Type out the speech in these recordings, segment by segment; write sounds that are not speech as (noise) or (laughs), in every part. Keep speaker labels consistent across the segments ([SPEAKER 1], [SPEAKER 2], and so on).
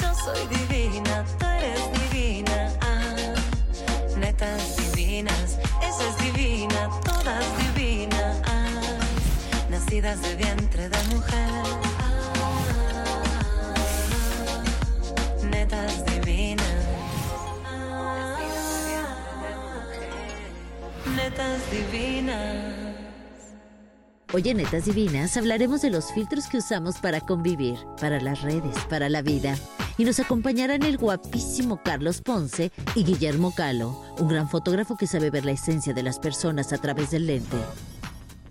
[SPEAKER 1] Yo soy divina, tú eres divina. Ah, netas divinas, esa es divina, todas divinas. Ah, nacidas de vientre de mujer. Ah, netas divinas. Ah, netas divinas.
[SPEAKER 2] Hoy en Netas Divinas hablaremos de los filtros que usamos para convivir, para las redes, para la vida. Y nos acompañarán el guapísimo Carlos Ponce y Guillermo Calo, un gran fotógrafo que sabe ver la esencia de las personas a través del lente.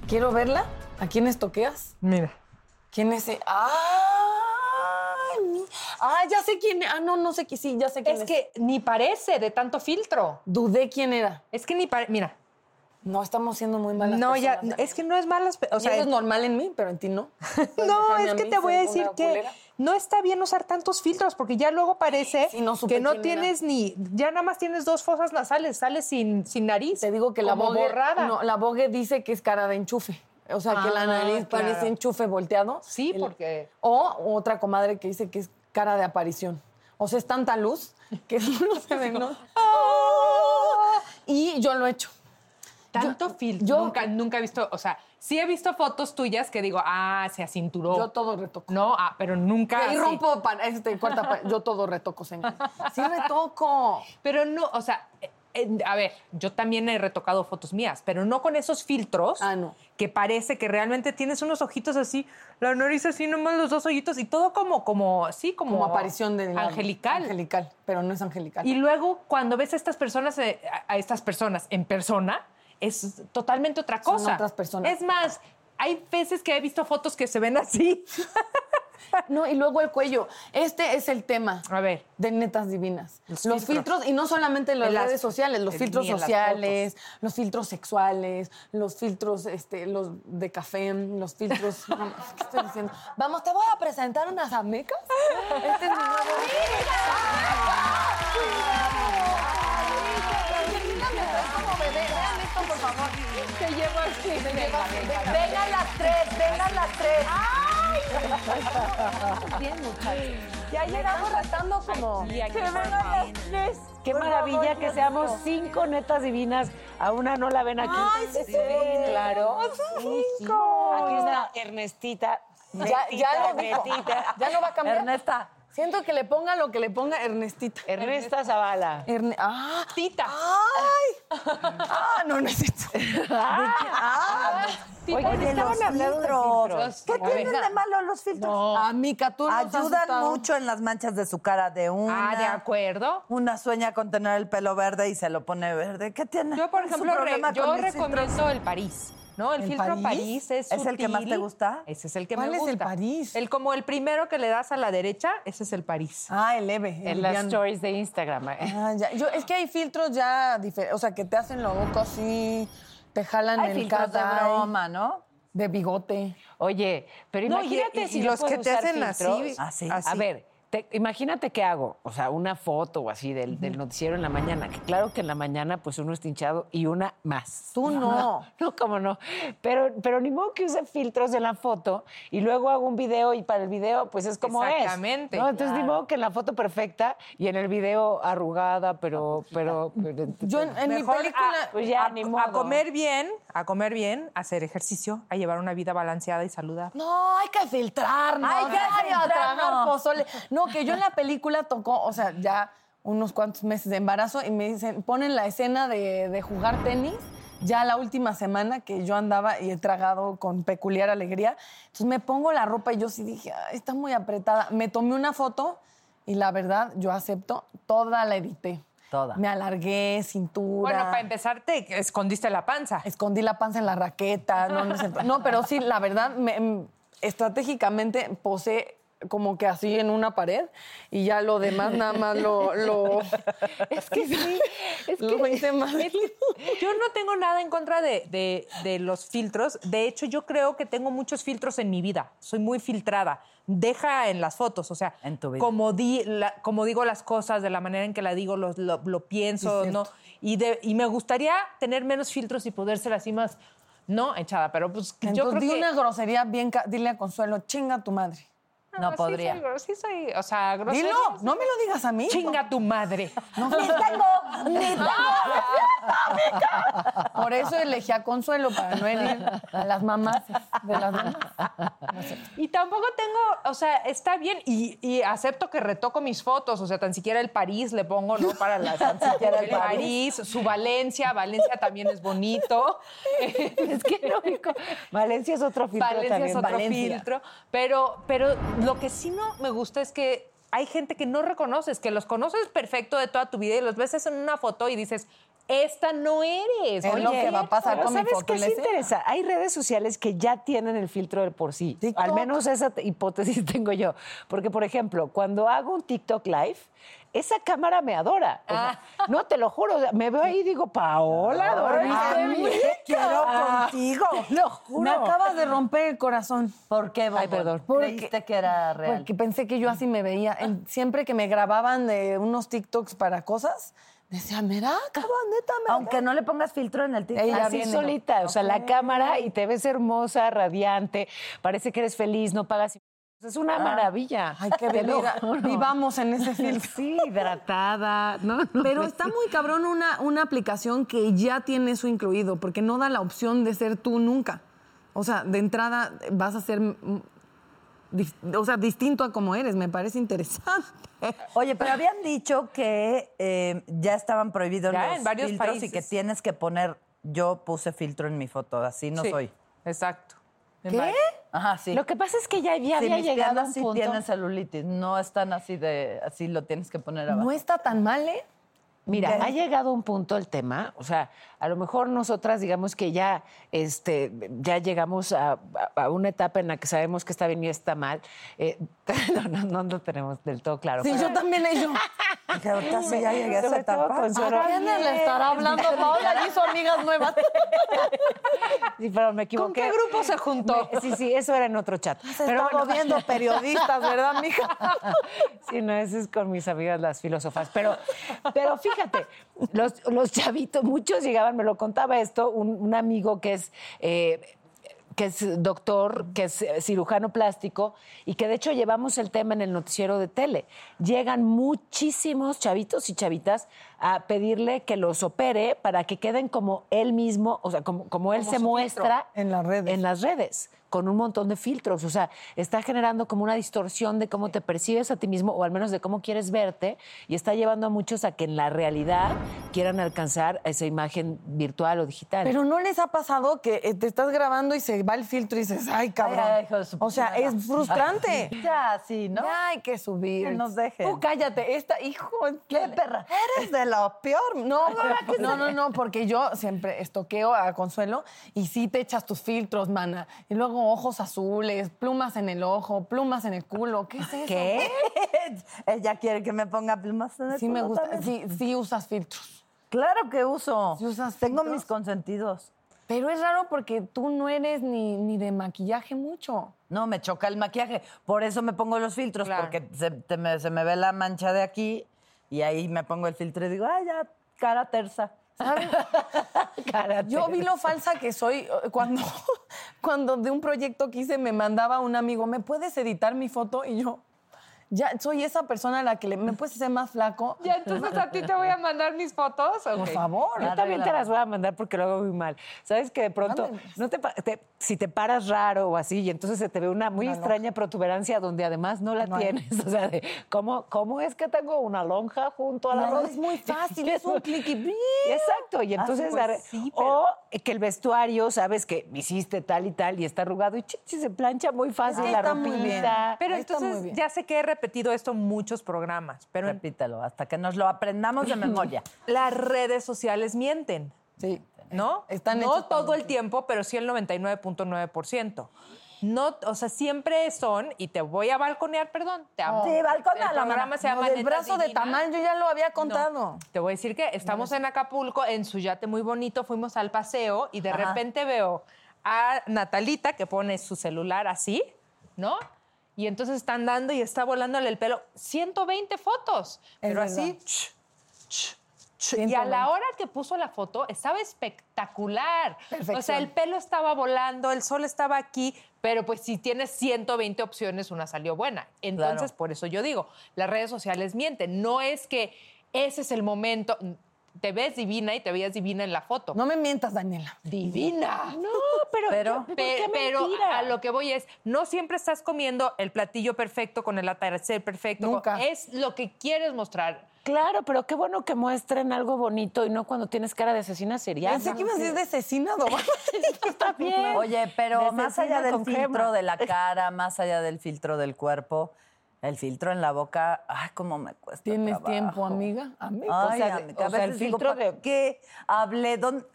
[SPEAKER 3] Quiero verla. ¿A quién estoqueas?
[SPEAKER 4] Mira,
[SPEAKER 3] ¿Quién es ese? ¡Ah! mi- ¡Ah, ya sé quién! Ah, no, no sé quién. Sí, ya sé quién es.
[SPEAKER 4] es que ni parece de tanto filtro.
[SPEAKER 3] dudé quién era.
[SPEAKER 4] Es que ni parece. Mira,
[SPEAKER 3] No, estamos siendo muy malas
[SPEAKER 4] no, ya,
[SPEAKER 3] personas.
[SPEAKER 4] es que no es malas. pe- O
[SPEAKER 3] Y
[SPEAKER 4] sea,
[SPEAKER 3] eso es normal en mí, pero en ti no.
[SPEAKER 4] (laughs) no,
[SPEAKER 3] Dejarme
[SPEAKER 4] es
[SPEAKER 3] a
[SPEAKER 4] que
[SPEAKER 3] mí
[SPEAKER 4] te voy a
[SPEAKER 3] ser
[SPEAKER 4] decir
[SPEAKER 3] una
[SPEAKER 4] que
[SPEAKER 3] culera.
[SPEAKER 4] no está bien usar tantos filtros porque ya luego parece
[SPEAKER 3] Sí, no supe
[SPEAKER 4] que no
[SPEAKER 3] quién era.
[SPEAKER 4] tienes ni. Ya nada más tienes dos fosas nasales, sales sin, sin nariz.
[SPEAKER 3] Te digo que la
[SPEAKER 4] como
[SPEAKER 3] bogue,
[SPEAKER 4] borrada.
[SPEAKER 3] No, la bogue dice que es cara de enchufe. O sea, que
[SPEAKER 4] Ah,
[SPEAKER 3] la nariz
[SPEAKER 4] claro.
[SPEAKER 3] parece enchufe volteado.
[SPEAKER 4] Sí,
[SPEAKER 3] El-
[SPEAKER 4] porque.
[SPEAKER 3] O otra comadre que dice que es cara de aparición. O sea, es tanta luz que (laughs) no
[SPEAKER 4] (laughs)
[SPEAKER 3] se ve, ¿no? Y yo lo he hecho.
[SPEAKER 4] Tanto filtro.
[SPEAKER 3] yo-
[SPEAKER 4] nunca, nunca he visto. O sea, sí he visto fotos tuyas que digo, ah, se acinturó.
[SPEAKER 3] Yo todo retoco.
[SPEAKER 4] No, ah, pero
[SPEAKER 3] Y
[SPEAKER 4] nunca.
[SPEAKER 3] ahí
[SPEAKER 4] así.
[SPEAKER 3] rompo pan- este, cuarta pan- Yo todo retoco, señor. Sí retoco.
[SPEAKER 4] Pero no, o sea, eh, eh, a ver, yo también he retocado fotos mías, pero no con esos filtros.
[SPEAKER 3] Ah, no.
[SPEAKER 4] Que parece que realmente tienes unos ojitos así, la nariz así, nomás los dos ojitos y todo como, como, sí, como.
[SPEAKER 3] Como aparición de... la-
[SPEAKER 4] Angelical.
[SPEAKER 3] Angelical, pero no es angelical.
[SPEAKER 4] Y luego cuando ves a estas personas, eh, a, a estas personas en persona, es totalmente otra
[SPEAKER 3] Son
[SPEAKER 4] cosa.
[SPEAKER 3] otras personas.
[SPEAKER 4] Es más, hay veces que he visto fotos que se ven así.
[SPEAKER 3] (laughs) No, y luego el cuello. Este es el tema.
[SPEAKER 4] A ver.
[SPEAKER 3] De netas divinas.
[SPEAKER 4] Los
[SPEAKER 3] Los,
[SPEAKER 4] filtros.
[SPEAKER 3] filtros. y no solamente en las,
[SPEAKER 4] En las-
[SPEAKER 3] redes sociales, los
[SPEAKER 4] en-
[SPEAKER 3] filtros
[SPEAKER 4] ni en las
[SPEAKER 3] sociales, los filtros sexuales, los filtros este, los de café, los filtros. (laughs) No, ¿Qué estoy diciendo? Vamos, te voy a presentar unas amigas. Este es mi Ya llegamos ratando como.
[SPEAKER 5] Qué maravilla que seamos cinco netas divinas. A una no la ven aquí.
[SPEAKER 3] Ay, sí, sí.
[SPEAKER 5] claro. Cinco. Aquí está Ernestita.
[SPEAKER 3] Ya, ya lo dijo. Ya no va a cambiar.
[SPEAKER 5] Ernesta.
[SPEAKER 3] Siento que le ponga lo que le ponga Ernestita.
[SPEAKER 5] Ernesta Zavala.
[SPEAKER 3] Erne- ¡Ah!
[SPEAKER 4] Tita.
[SPEAKER 3] ¡Ay! ¡Ah! No necesito. ¡Ah!
[SPEAKER 5] Oye, estaban hablando de filtros.
[SPEAKER 6] ¿Qué tienen de malo los filtros?
[SPEAKER 3] Amiga, tú nos has
[SPEAKER 6] Ayudan
[SPEAKER 3] asustado.
[SPEAKER 6] mucho en las manchas de su cara de una.
[SPEAKER 4] Ah, de acuerdo.
[SPEAKER 6] Una sueña con tener el pelo verde y se lo pone verde. ¿Qué tiene?
[SPEAKER 4] Yo, por
[SPEAKER 6] ¿Cuál es su
[SPEAKER 4] ejemplo, re-
[SPEAKER 6] problema
[SPEAKER 4] yo
[SPEAKER 6] con mis
[SPEAKER 4] recomiendo
[SPEAKER 6] filtros?
[SPEAKER 4] el París. ¿No? El,
[SPEAKER 3] ¿El
[SPEAKER 4] filtro París,
[SPEAKER 3] París?
[SPEAKER 4] es
[SPEAKER 6] ¿Es el que más
[SPEAKER 4] sutil.
[SPEAKER 6] te gusta?
[SPEAKER 4] Ese es el que
[SPEAKER 3] ¿Cuál
[SPEAKER 4] me
[SPEAKER 3] es
[SPEAKER 4] gusta.
[SPEAKER 3] el París?
[SPEAKER 4] El como el primero que le das a la derecha, ese es el París.
[SPEAKER 3] Ah, el leve.
[SPEAKER 5] En
[SPEAKER 3] el
[SPEAKER 5] las
[SPEAKER 3] liviano.
[SPEAKER 5] stories de Instagram. eh.
[SPEAKER 3] Ah, ya. Yo, es que hay filtros ya diferentes. O sea, que te hacen loco así, te jalan
[SPEAKER 6] Hay
[SPEAKER 3] el
[SPEAKER 6] filtros de
[SPEAKER 3] cada
[SPEAKER 6] broma, ¿no?
[SPEAKER 3] de bigote.
[SPEAKER 5] Oye, pero
[SPEAKER 4] No, y-
[SPEAKER 5] imagínate
[SPEAKER 4] y-
[SPEAKER 5] si
[SPEAKER 4] y
[SPEAKER 5] yo
[SPEAKER 4] los
[SPEAKER 5] puedo
[SPEAKER 4] que te
[SPEAKER 5] usar
[SPEAKER 4] hacen así,
[SPEAKER 5] filtros.
[SPEAKER 6] así,
[SPEAKER 5] A
[SPEAKER 6] así.
[SPEAKER 5] ver, te- imagínate qué hago. O sea, una foto o así del, del noticiero en la mañana. Que claro que en la mañana, pues uno está hinchado y una más.
[SPEAKER 3] Tú no.
[SPEAKER 5] (laughs) No, cómo no. Pero, pero ni modo que use filtros de la foto y luego hago un video y para el video, pues es como
[SPEAKER 4] Exactamente,
[SPEAKER 5] es. ¿no? Entonces, ni
[SPEAKER 4] claro.
[SPEAKER 5] modo que en la foto perfecta y en el video arrugada, pero. pero, pero-
[SPEAKER 3] Yo en, en mi
[SPEAKER 4] Mejor
[SPEAKER 3] película.
[SPEAKER 4] a-
[SPEAKER 5] Pues ya,
[SPEAKER 4] a,
[SPEAKER 5] ni
[SPEAKER 4] a
[SPEAKER 5] modo.
[SPEAKER 4] comer bien, a comer bien, a hacer ejercicio, a llevar una vida balanceada y saludable.
[SPEAKER 3] No, hay que filtrarnos.
[SPEAKER 6] Hay que
[SPEAKER 3] Ay, a tragar
[SPEAKER 6] filtrarnos.
[SPEAKER 3] pozole. No, No, que yo en la película tocó, o sea, ya unos cuantos meses de embarazo y me dicen, ponen la escena de, de jugar tenis. Ya la última semana que yo andaba y he tragado con peculiar alegría. Entonces me pongo la ropa y yo sí dije, "Ay, está muy apretada. Me tomé una foto y la verdad, yo acepto, toda la edité.
[SPEAKER 6] Toda.
[SPEAKER 3] Me alargué, cintura.
[SPEAKER 4] Bueno, para empezar, te escondiste la panza.
[SPEAKER 3] Escondí la panza en la raqueta. No, no, es cierto. No, pero sí, la verdad, me- em, estratégicamente posé como que así en una pared y ya lo demás nada más lo...
[SPEAKER 4] (laughs)
[SPEAKER 3] lo es (laughs) que sí, es Lo hice más.
[SPEAKER 4] Yo no tengo nada en contra de, de- de los filtros. De hecho, yo creo que tengo muchos filtros en mi vida. Soy muy filtrada. Deja en las fotos, o sea,
[SPEAKER 6] En tu vida.
[SPEAKER 4] Como, di- la- como digo las cosas, de la manera en que la digo, los- lo, lo pienso,
[SPEAKER 3] Sí,
[SPEAKER 4] ¿no? Y, de- y me gustaría tener menos filtros y poder ser así más, no, echada, pero pues yo
[SPEAKER 3] Entonces
[SPEAKER 4] creo
[SPEAKER 3] di
[SPEAKER 4] que...
[SPEAKER 3] una grosería bien... ca- Dile a Consuelo, chinga tu madre.
[SPEAKER 6] No
[SPEAKER 4] sí
[SPEAKER 6] podría.
[SPEAKER 4] soy gro- Sí soy, o sea, grosera.
[SPEAKER 3] Dilo, no me lo digas a mí.
[SPEAKER 4] Chinga tu madre.
[SPEAKER 3] Ni tengo, ni tengo. Por eso elegí a Consuelo, para no herir a las mamás (laughs) de las mamás.
[SPEAKER 4] Y tampoco tengo, o sea, está bien y, y acepto que retoco mis fotos, o sea, tan siquiera el París le pongo, ¿no? Para la tan siquiera el París, su Valencia, Valencia también es bonito. es que no
[SPEAKER 6] Valencia es otro filtro
[SPEAKER 4] Valencia
[SPEAKER 6] también.
[SPEAKER 4] es otro filtro, pero pero lo que sí no me gusta es que hay gente que no reconoces, que los conoces perfecto de toda tu vida y los ves en una foto y dices, "Esta no eres."
[SPEAKER 3] Es lo
[SPEAKER 4] oye,
[SPEAKER 3] que va a pasar
[SPEAKER 4] pero
[SPEAKER 3] con mi
[SPEAKER 4] ¿sabes
[SPEAKER 5] ¿Sabes
[SPEAKER 3] foto,
[SPEAKER 5] qué es
[SPEAKER 3] Leslie?
[SPEAKER 5] interesante? Hay redes sociales que ya tienen el filtro de por sí.
[SPEAKER 3] TikTok.
[SPEAKER 5] Al menos esa te- hipótesis (laughs) tengo yo. Porque, por ejemplo, cuando hago un TikTok live, esa cámara me adora. O sea, No, te lo juro. o sea, Me veo ahí y digo, Paola, dormiste
[SPEAKER 6] Ay,
[SPEAKER 5] muy
[SPEAKER 6] ¿qué quiero
[SPEAKER 5] Ah. (laughs)
[SPEAKER 6] contigo?
[SPEAKER 5] Lo juro.
[SPEAKER 3] Me acabas de romper el corazón.
[SPEAKER 6] ¿Por qué, Bobo?
[SPEAKER 5] Ay, perdón.
[SPEAKER 6] Creíste que era real.
[SPEAKER 3] Porque pensé que yo así me veía. En- siempre que me grababan de unos TikToks para cosas, decía, mira, cabrón, neta, me
[SPEAKER 6] Aunque no le pongas filtro en el TikTok.
[SPEAKER 3] Ella
[SPEAKER 5] así
[SPEAKER 3] viene.
[SPEAKER 5] solita, o sea, la cámara y te ves hermosa, radiante, parece que eres feliz, no pagas. impuestos. Es
[SPEAKER 3] Ah.
[SPEAKER 5] una maravilla.
[SPEAKER 3] Hay que
[SPEAKER 5] Te lo
[SPEAKER 3] vivir,
[SPEAKER 5] juro.
[SPEAKER 3] vivamos en (laughs) ese filtro.
[SPEAKER 5] Sí, hidratada, ¿no? no,
[SPEAKER 3] Pero está muy cabrón una, una aplicación que ya tiene eso incluido, porque no da la opción de ser tú nunca. O sea, de entrada eh, vas a ser, mm, dis- o sea, distinto a como eres. Me parece interesante.
[SPEAKER 6] Oye, pero habían dicho que eh, ya estaban prohibidos
[SPEAKER 4] Ya,
[SPEAKER 6] los
[SPEAKER 4] en varios
[SPEAKER 6] filtros y
[SPEAKER 4] países.
[SPEAKER 6] que tienes que poner. Yo puse filtro en mi foto, así no
[SPEAKER 4] Sí,
[SPEAKER 6] soy.
[SPEAKER 4] Exacto.
[SPEAKER 6] ¿Qué? Ajá, sí.
[SPEAKER 5] Lo que pasa es que ya había,
[SPEAKER 6] Sí,
[SPEAKER 5] había
[SPEAKER 6] mis
[SPEAKER 5] llegado a
[SPEAKER 6] piernas
[SPEAKER 5] un
[SPEAKER 6] sí
[SPEAKER 5] punto.
[SPEAKER 6] tienen celulitis, no están así de, así lo tienes que poner abajo.
[SPEAKER 3] No está tan mal, ¿eh?
[SPEAKER 5] Mira, ha llegado a un punto el tema, o sea, a lo mejor nosotras digamos que ya, este, ya llegamos a, a- a una etapa en la que sabemos que está bien y está mal. Eh, (laughs) no, no, no lo tenemos del todo claro.
[SPEAKER 3] Sí, yo también
[SPEAKER 6] (laughs)
[SPEAKER 3] he hecho.
[SPEAKER 6] Dije, ahorita sí
[SPEAKER 5] (laughs)
[SPEAKER 6] ya llegué a esa
[SPEAKER 5] Sobre todo
[SPEAKER 6] etapa.
[SPEAKER 5] Consuelo.
[SPEAKER 3] ¿A quién le
[SPEAKER 5] (laughs)
[SPEAKER 3] estará hablando Paola y sus amigas nuevas?
[SPEAKER 5] (laughs) Sí, pero me equivoqué.
[SPEAKER 4] ¿Con qué grupo se juntó?
[SPEAKER 5] Me- sí, sí, eso era en otro chat.
[SPEAKER 6] Se
[SPEAKER 5] Pero
[SPEAKER 6] estaba
[SPEAKER 5] bueno,
[SPEAKER 6] viendo periodistas, ¿verdad, mija?
[SPEAKER 5] (laughs) sí, no, eso es con mis amigas las filósofas. Pero, pero fíjate, los, los chavitos, muchos llegaban, me lo contaba esto, un, un amigo que es. eh, que es doctor, que es eh, cirujano plástico y que de hecho llevamos el tema en el noticiero de tele. Llegan muchísimos chavitos y chavitas a pedirle que los opere para que queden como él mismo, o sea, como, como él se muestra
[SPEAKER 3] En las redes.
[SPEAKER 5] en las redes, con un montón de filtros. O sea, está generando como una distorsión de cómo te percibes a ti mismo, o al menos de cómo quieres verte, y está llevando a muchos a que en la realidad quieran alcanzar esa imagen virtual o digital.
[SPEAKER 3] Pero no les ha pasado que eh, te estás grabando y se va el filtro y dices, ay, cabrón.
[SPEAKER 6] Ay, ay, hijo de su
[SPEAKER 3] o sea,
[SPEAKER 6] puta madre.
[SPEAKER 3] es frustrante.
[SPEAKER 6] Ya, sí, ¿no?
[SPEAKER 3] Ya hay que subir.
[SPEAKER 6] Que nos dejen.
[SPEAKER 3] Tú cállate, esta, hijo,
[SPEAKER 6] ¡Qué perra! ¡Eres de lo peor!
[SPEAKER 3] No, no, no, no, porque yo siempre estoqueo a Consuelo y sí te echas tus filtros, mana. Y luego ojos azules, plumas en el ojo, plumas en el culo. ¿Qué es eso?
[SPEAKER 6] ¿Qué? (laughs) Ella quiere que me ponga plumas en el
[SPEAKER 3] Sí me
[SPEAKER 6] culo
[SPEAKER 3] gusta,
[SPEAKER 6] también.
[SPEAKER 3] sí, sí usas filtros.
[SPEAKER 6] Claro que uso.
[SPEAKER 3] ¿Sí usas
[SPEAKER 6] Tengo
[SPEAKER 3] filtros?
[SPEAKER 6] mis consentidos.
[SPEAKER 3] Pero es raro porque tú no eres ni, ni de maquillaje mucho.
[SPEAKER 6] No, me choca el maquillaje. Por eso me pongo los filtros,
[SPEAKER 4] Claro.
[SPEAKER 6] porque se, te me, se me ve la mancha de aquí y ahí me pongo el filtro y digo, ay, ya, cara tersa. (laughs)
[SPEAKER 3] ¿Saben? Yo vi lo falsa que soy eh, cuando, (laughs) cuando de un proyecto que hice me mandaba un amigo, ¿me puedes editar mi foto? Y yo, ya soy esa persona a la que le, me puedes hacer más flaco.
[SPEAKER 4] Ya, entonces a ti te
[SPEAKER 3] (laughs)
[SPEAKER 4] voy a mandar mis fotos.
[SPEAKER 3] Por
[SPEAKER 4] Ok.
[SPEAKER 3] favor.
[SPEAKER 5] Yo también te las voy a mandar porque lo hago muy mal. Sabes que de pronto,
[SPEAKER 3] Mándenlas.
[SPEAKER 5] no te, pa- te- si te paras raro o así, y entonces se te ve una muy extraña protuberancia donde además no la tienes. (laughs) O sea, de, ¿cómo, ¿cómo es que tengo una lonja junto a la
[SPEAKER 3] No,
[SPEAKER 5] rodilla?
[SPEAKER 3] es muy fácil, es un clic y ¡bip!
[SPEAKER 5] (laughs) Exacto, y
[SPEAKER 3] Ah,
[SPEAKER 5] entonces,
[SPEAKER 3] pues
[SPEAKER 5] dar-
[SPEAKER 3] sí,
[SPEAKER 5] o que el vestuario, sabes que hiciste tal y tal y está arrugado y chichi, se plancha muy fácil
[SPEAKER 3] que
[SPEAKER 5] la
[SPEAKER 3] está muy bien.
[SPEAKER 5] ropita.
[SPEAKER 4] Pero
[SPEAKER 3] Ahí está muy
[SPEAKER 4] entonces
[SPEAKER 3] bien.
[SPEAKER 4] ya sé que he repetido esto en muchos programas, pero en
[SPEAKER 6] Repítalo, hasta que nos lo aprendamos
[SPEAKER 4] (laughs)
[SPEAKER 6] de memoria.
[SPEAKER 4] las redes sociales mienten,
[SPEAKER 3] Sí.
[SPEAKER 4] ¿no?
[SPEAKER 3] Están
[SPEAKER 4] no
[SPEAKER 3] hechos para
[SPEAKER 4] todo el tiempo, pero sí el 99.9%. No, o sea, siempre son, y te voy a balconear, perdón, te amo.
[SPEAKER 6] Sí, balcona,
[SPEAKER 4] El
[SPEAKER 6] la
[SPEAKER 4] programa
[SPEAKER 6] mana.
[SPEAKER 4] se llama
[SPEAKER 3] El
[SPEAKER 4] Netas
[SPEAKER 3] brazo de
[SPEAKER 4] Divinas.
[SPEAKER 3] tamal, yo ya lo había contado.
[SPEAKER 4] Te voy a decir que estamos en Acapulco, en su yate muy bonito, fuimos al paseo y de repente veo a Natalita que pone su celular así, ¿no? Y entonces está andando y está volándole el pelo. 120 fotos, pero
[SPEAKER 3] verdad.
[SPEAKER 4] así. ch, ch, ch. Y a la hora que puso la foto estaba espectacular. O sea,
[SPEAKER 3] Perfección.
[SPEAKER 4] el pelo estaba volando, el sol estaba aquí, pero pues si tienes 120 opciones, una salió buena. Entonces,
[SPEAKER 6] Claro.
[SPEAKER 4] por eso yo digo, las redes sociales mienten. No es que ese es el momento. Te ves divina y te veías divina en la foto.
[SPEAKER 3] No me mientas, Daniela.
[SPEAKER 4] Divina.
[SPEAKER 5] No, pero,
[SPEAKER 6] Pero-
[SPEAKER 5] ¿por
[SPEAKER 4] Pe-
[SPEAKER 5] qué
[SPEAKER 4] pero
[SPEAKER 5] mentira?
[SPEAKER 4] a (laughs) lo que voy es, no siempre estás comiendo el platillo perfecto con el atardecer perfecto.
[SPEAKER 3] Nunca.
[SPEAKER 4] Es lo que quieres mostrar.
[SPEAKER 5] Claro, pero qué bueno que muestren algo bonito y no cuando tienes cara de asesina serial.
[SPEAKER 3] Pensé que ibas a decir de asesinado.
[SPEAKER 5] está bien.
[SPEAKER 6] Oye, pero
[SPEAKER 5] De
[SPEAKER 6] más
[SPEAKER 5] cecina
[SPEAKER 6] allá del
[SPEAKER 5] con
[SPEAKER 6] filtro
[SPEAKER 5] gema.
[SPEAKER 6] de la cara, más allá del filtro del cuerpo, el filtro en la boca, ay, cómo me cuesta.
[SPEAKER 3] ¿Tienes
[SPEAKER 6] trabajo.
[SPEAKER 3] tiempo, amiga? Amiga.
[SPEAKER 6] Ay,
[SPEAKER 5] O sea,
[SPEAKER 6] amiga,
[SPEAKER 5] o
[SPEAKER 6] a
[SPEAKER 5] sea, el
[SPEAKER 6] veces digo,
[SPEAKER 5] filtro
[SPEAKER 6] ¿para
[SPEAKER 5] de-
[SPEAKER 6] qué hablé? ¿Dónde,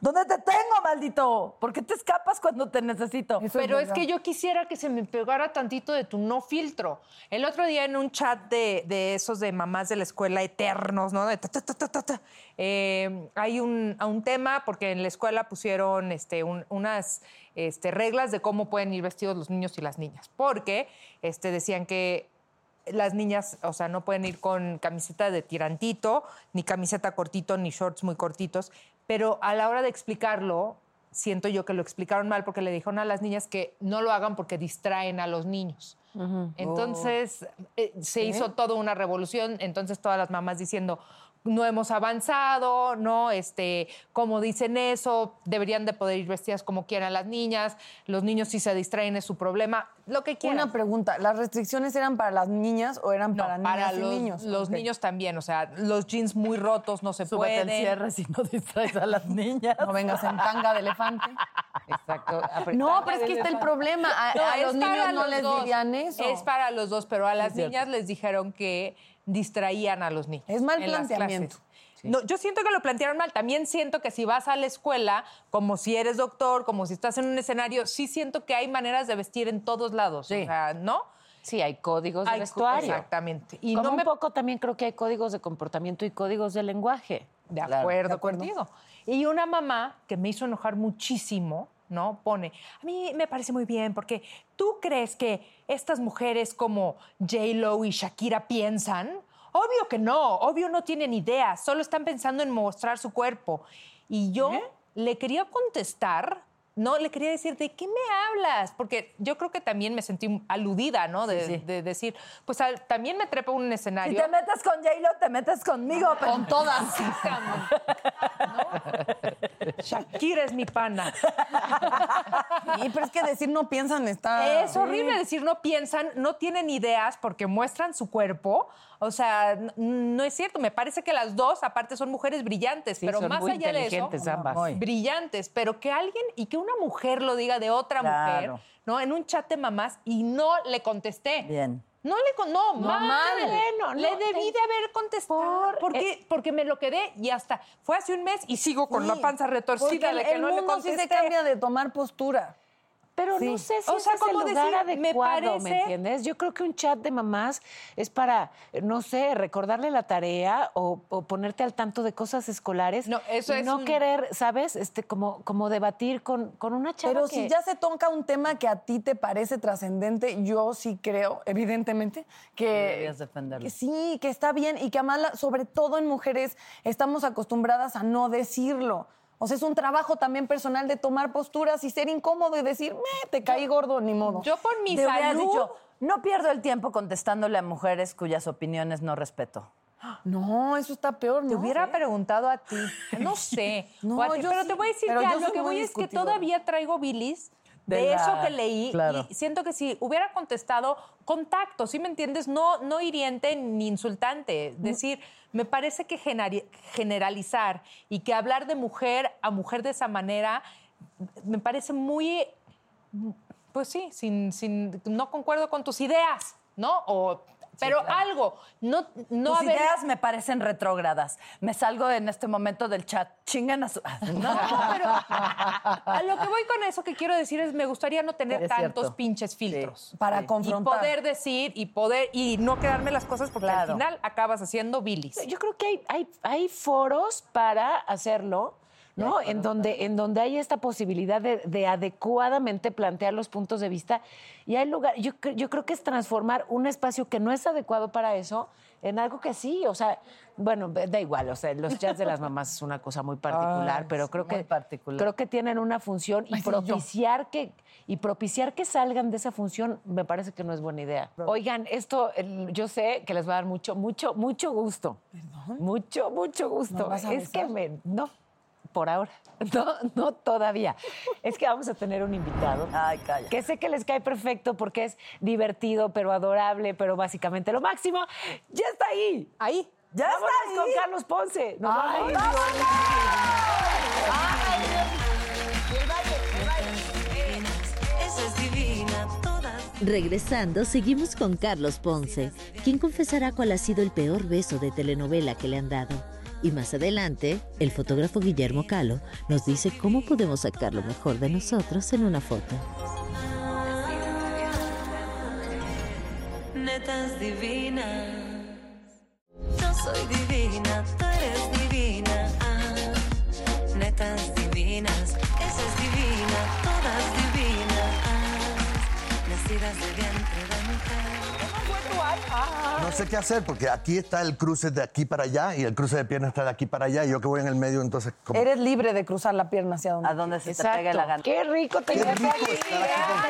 [SPEAKER 6] dónde te tengo, maldito? ¿Por qué te escapas cuando te necesito?
[SPEAKER 3] Eso
[SPEAKER 4] Pero es
[SPEAKER 3] verdad.
[SPEAKER 4] que yo quisiera que se me pegara tantito de tu no filtro. El otro día en un chat de, de esos de mamás de la escuela eternos, ¿no? De ta, ta, ta, ta, ta, ta, eh, hay un, a un tema porque en la escuela pusieron este, un- unas este, reglas de cómo pueden ir vestidos los niños y las niñas. Porque este, decían que las niñas, o sea, no pueden ir con camiseta de tirantito, ni camiseta cortito, ni shorts muy cortitos, pero a la hora de explicarlo, siento yo que lo explicaron mal porque le dijeron a las niñas que no lo hagan porque distraen a los niños. Entonces eh, se hizo toda una revolución, entonces todas las mamás diciendo no hemos avanzado, no, este, como dicen eso, deberían de poder ir vestidas como quieran las niñas, los niños si se distraen es su problema, lo que quieran.
[SPEAKER 3] Una pregunta, ¿las restricciones eran para las niñas o eran
[SPEAKER 4] No,
[SPEAKER 3] para,
[SPEAKER 4] para,
[SPEAKER 3] niñas y
[SPEAKER 4] los,
[SPEAKER 3] niños?
[SPEAKER 4] los
[SPEAKER 3] Ok.
[SPEAKER 4] niños también, o sea, los jeans muy rotos no se
[SPEAKER 6] Súbete el
[SPEAKER 4] pueden.
[SPEAKER 6] cierre si no distraes a las niñas.
[SPEAKER 3] No vengas en tanga de elefante.
[SPEAKER 4] Exacto.
[SPEAKER 3] No, pero es que está el problema. A,
[SPEAKER 4] No,
[SPEAKER 3] a
[SPEAKER 4] es
[SPEAKER 3] los niños
[SPEAKER 4] para
[SPEAKER 3] no
[SPEAKER 4] los
[SPEAKER 3] les
[SPEAKER 4] dos.
[SPEAKER 3] dirían eso.
[SPEAKER 4] Es para los dos, pero a las
[SPEAKER 6] cierto.
[SPEAKER 4] niñas les dijeron que distraían a los niños.
[SPEAKER 3] Es mal
[SPEAKER 4] en las
[SPEAKER 3] planteamiento.
[SPEAKER 4] clases. No, yo siento que lo plantearon mal. También siento que si vas a la escuela, como si eres doctor, como si estás en un escenario, sí siento que hay maneras de vestir en todos lados. O sea, ¿no?
[SPEAKER 5] Sí, hay códigos de
[SPEAKER 4] Hay-
[SPEAKER 5] vestuario.
[SPEAKER 4] Exactamente. Y
[SPEAKER 5] Como
[SPEAKER 4] no
[SPEAKER 5] un
[SPEAKER 4] me
[SPEAKER 5] poco también creo que hay códigos de comportamiento y códigos de lenguaje.
[SPEAKER 4] De acuerdo,
[SPEAKER 3] de acuerdo.
[SPEAKER 4] contigo. Y una mamá que me hizo enojar muchísimo, ¿no? Pone, a mí me parece muy bien porque tú crees que estas mujeres como J-Lo y Shakira piensan. Obvio que no, obvio no tienen idea, solo están pensando en mostrar su cuerpo. Y yo
[SPEAKER 6] ¿Eh?
[SPEAKER 4] le quería contestar, no, le quería decir, ¿de qué me hablas? Porque yo creo que también me sentí aludida, ¿no? De, de decir, pues al- también me trepo a un
[SPEAKER 6] Si
[SPEAKER 4] escenario.
[SPEAKER 6] te metes con J-Lo, te metes conmigo. Con todas.
[SPEAKER 4] Shakira es mi pana.
[SPEAKER 3] Sí, pero es que decir no piensan está...
[SPEAKER 4] Es horrible decir no piensan, no tienen ideas porque muestran su cuerpo. O sea, n- no es cierto. Me parece que las dos, aparte, son mujeres brillantes,
[SPEAKER 5] Sí,
[SPEAKER 4] pero
[SPEAKER 5] son
[SPEAKER 4] más
[SPEAKER 5] muy
[SPEAKER 4] allá de eso,
[SPEAKER 3] Ah,
[SPEAKER 5] inteligentes ambas.
[SPEAKER 6] Muy.
[SPEAKER 4] brillantes. Pero que alguien y que una mujer lo diga de otra
[SPEAKER 6] Claro.
[SPEAKER 4] mujer, ¿no? En un chat de mamás y no le contesté.
[SPEAKER 6] Bien.
[SPEAKER 4] No le con- no, mal.
[SPEAKER 5] bueno,
[SPEAKER 4] le
[SPEAKER 5] no,
[SPEAKER 4] debí
[SPEAKER 5] te-
[SPEAKER 4] de haber contestado
[SPEAKER 5] Por-
[SPEAKER 4] porque
[SPEAKER 3] e
[SPEAKER 4] porque me lo quedé y hasta fue hace un mes y sigo con la panza retorcida de
[SPEAKER 3] Porque
[SPEAKER 4] que
[SPEAKER 3] el
[SPEAKER 4] no le
[SPEAKER 3] mundo sí
[SPEAKER 4] contesté.
[SPEAKER 3] se cambia de tomar postura.
[SPEAKER 5] Pero
[SPEAKER 3] Sí.
[SPEAKER 5] no sé si
[SPEAKER 4] O sea,
[SPEAKER 5] ese es
[SPEAKER 4] ¿cómo
[SPEAKER 5] el lugar
[SPEAKER 4] decir? Me
[SPEAKER 5] adecuado, me,
[SPEAKER 4] parece-
[SPEAKER 5] entiendes? Yo creo que un chat de mamás es para, no sé, recordarle la tarea o, o ponerte al tanto de cosas escolares.
[SPEAKER 4] No, eso
[SPEAKER 5] y
[SPEAKER 4] es
[SPEAKER 5] No
[SPEAKER 4] un-
[SPEAKER 5] querer, ¿sabes? Este, como, como debatir con, con una chava
[SPEAKER 3] Pero
[SPEAKER 5] que...
[SPEAKER 3] si ya se toca un tema que a ti te parece trascendente, yo sí creo, evidentemente, que...
[SPEAKER 6] Deberías defenderlo.
[SPEAKER 3] que sí, que está bien y que además, la- sobre todo en mujeres, estamos acostumbradas a no decirlo. O sea, es un trabajo también personal de tomar posturas y ser incómodo y decir, me, te caí gordo, ni modo.
[SPEAKER 4] Yo por mi
[SPEAKER 6] Te hubieras
[SPEAKER 4] salud.
[SPEAKER 6] dicho, no pierdo el tiempo contestándole a mujeres cuyas opiniones no respeto.
[SPEAKER 3] No, eso está peor, ¿no?
[SPEAKER 4] Te hubiera preguntado a ti. No sé.
[SPEAKER 3] (laughs) No,
[SPEAKER 4] o a ti,
[SPEAKER 3] yo
[SPEAKER 4] pero
[SPEAKER 3] sí,
[SPEAKER 4] te voy a decir
[SPEAKER 3] pero
[SPEAKER 4] ya,
[SPEAKER 3] yo
[SPEAKER 4] lo
[SPEAKER 3] soy
[SPEAKER 4] que
[SPEAKER 3] muy
[SPEAKER 4] voy es que
[SPEAKER 3] discutidora.
[SPEAKER 4] todavía traigo bilis de,
[SPEAKER 6] De la-
[SPEAKER 4] eso que leí.
[SPEAKER 6] claro.
[SPEAKER 4] Y siento que si hubiera contestado contacto, ¿sí me entiendes? No, no hiriente ni insultante. Es decir, me parece que genari- generalizar y que hablar de mujer a mujer de esa manera me parece muy. Pues sí, sin, sin, no concuerdo con tus ideas, ¿no? O, pero algo, no, no
[SPEAKER 6] Tus
[SPEAKER 4] haber-
[SPEAKER 6] ideas me parecen retrógradas. Me salgo en este momento del chat. Chingan a su. (laughs)
[SPEAKER 4] No, pero a lo que voy con eso que quiero decir es me gustaría no tener
[SPEAKER 6] Es
[SPEAKER 4] tantos
[SPEAKER 6] cierto.
[SPEAKER 4] pinches filtros.
[SPEAKER 3] Para confrontar.
[SPEAKER 4] Y poder decir y poder y no quedarme las cosas porque
[SPEAKER 6] Claro.
[SPEAKER 4] al final acabas haciendo bilis.
[SPEAKER 5] Yo creo que hay, hay, hay foros para hacerlo, ¿no? En donde, en donde hay esta posibilidad de, de adecuadamente plantear los puntos de vista. Y hay lugar, yo, cre- yo creo que es transformar un espacio que no es adecuado para eso en algo que sí. O sea, bueno, da igual, o sea, los chats de las mamás es una cosa muy particular,
[SPEAKER 6] Ay,
[SPEAKER 5] pero
[SPEAKER 6] sí,
[SPEAKER 5] creo
[SPEAKER 6] muy
[SPEAKER 5] que
[SPEAKER 6] particular.
[SPEAKER 5] creo que tienen una función y propiciar que y propiciar que salgan de esa función me parece que no es buena idea. Oigan, esto el- yo sé que les va a dar mucho mucho mucho gusto. Mucho mucho gusto.
[SPEAKER 3] vas a
[SPEAKER 5] es que
[SPEAKER 3] besar?
[SPEAKER 5] me no por ahora. (laughs) No no todavía. es que vamos a tener un invitado.
[SPEAKER 6] Ay, calla.
[SPEAKER 5] Que sé que les cae perfecto porque es divertido, pero adorable, pero básicamente lo máximo. Ya está ahí.
[SPEAKER 4] Ahí.
[SPEAKER 6] Ya está
[SPEAKER 5] Vámonos
[SPEAKER 6] ahí.
[SPEAKER 5] con Carlos Ponce. Nos vamos.
[SPEAKER 1] Esa es divina, todas
[SPEAKER 2] Regresando, seguimos con Carlos Ponce, quien confesará cuál ha sido el peor beso de telenovela que le han dado. Y más adelante, el fotógrafo Guillermo Calo nos dice cómo podemos sacar lo mejor de nosotros en una foto.
[SPEAKER 1] netas divinas. Yo soy divina, tú eres divina. ah. netas divinas, esa es divina, todas divinas. ah. nacidas de vientre de mujer.
[SPEAKER 7] No sé qué hacer porque aquí está el cruce de aquí para allá y el cruce de piernas está de aquí para allá y yo que voy en el medio, entonces como...
[SPEAKER 3] Eres libre de cruzar la pierna hacia donde.
[SPEAKER 6] A donde se te pegue la gana.
[SPEAKER 5] Qué rico te
[SPEAKER 7] Qué rico estar aquí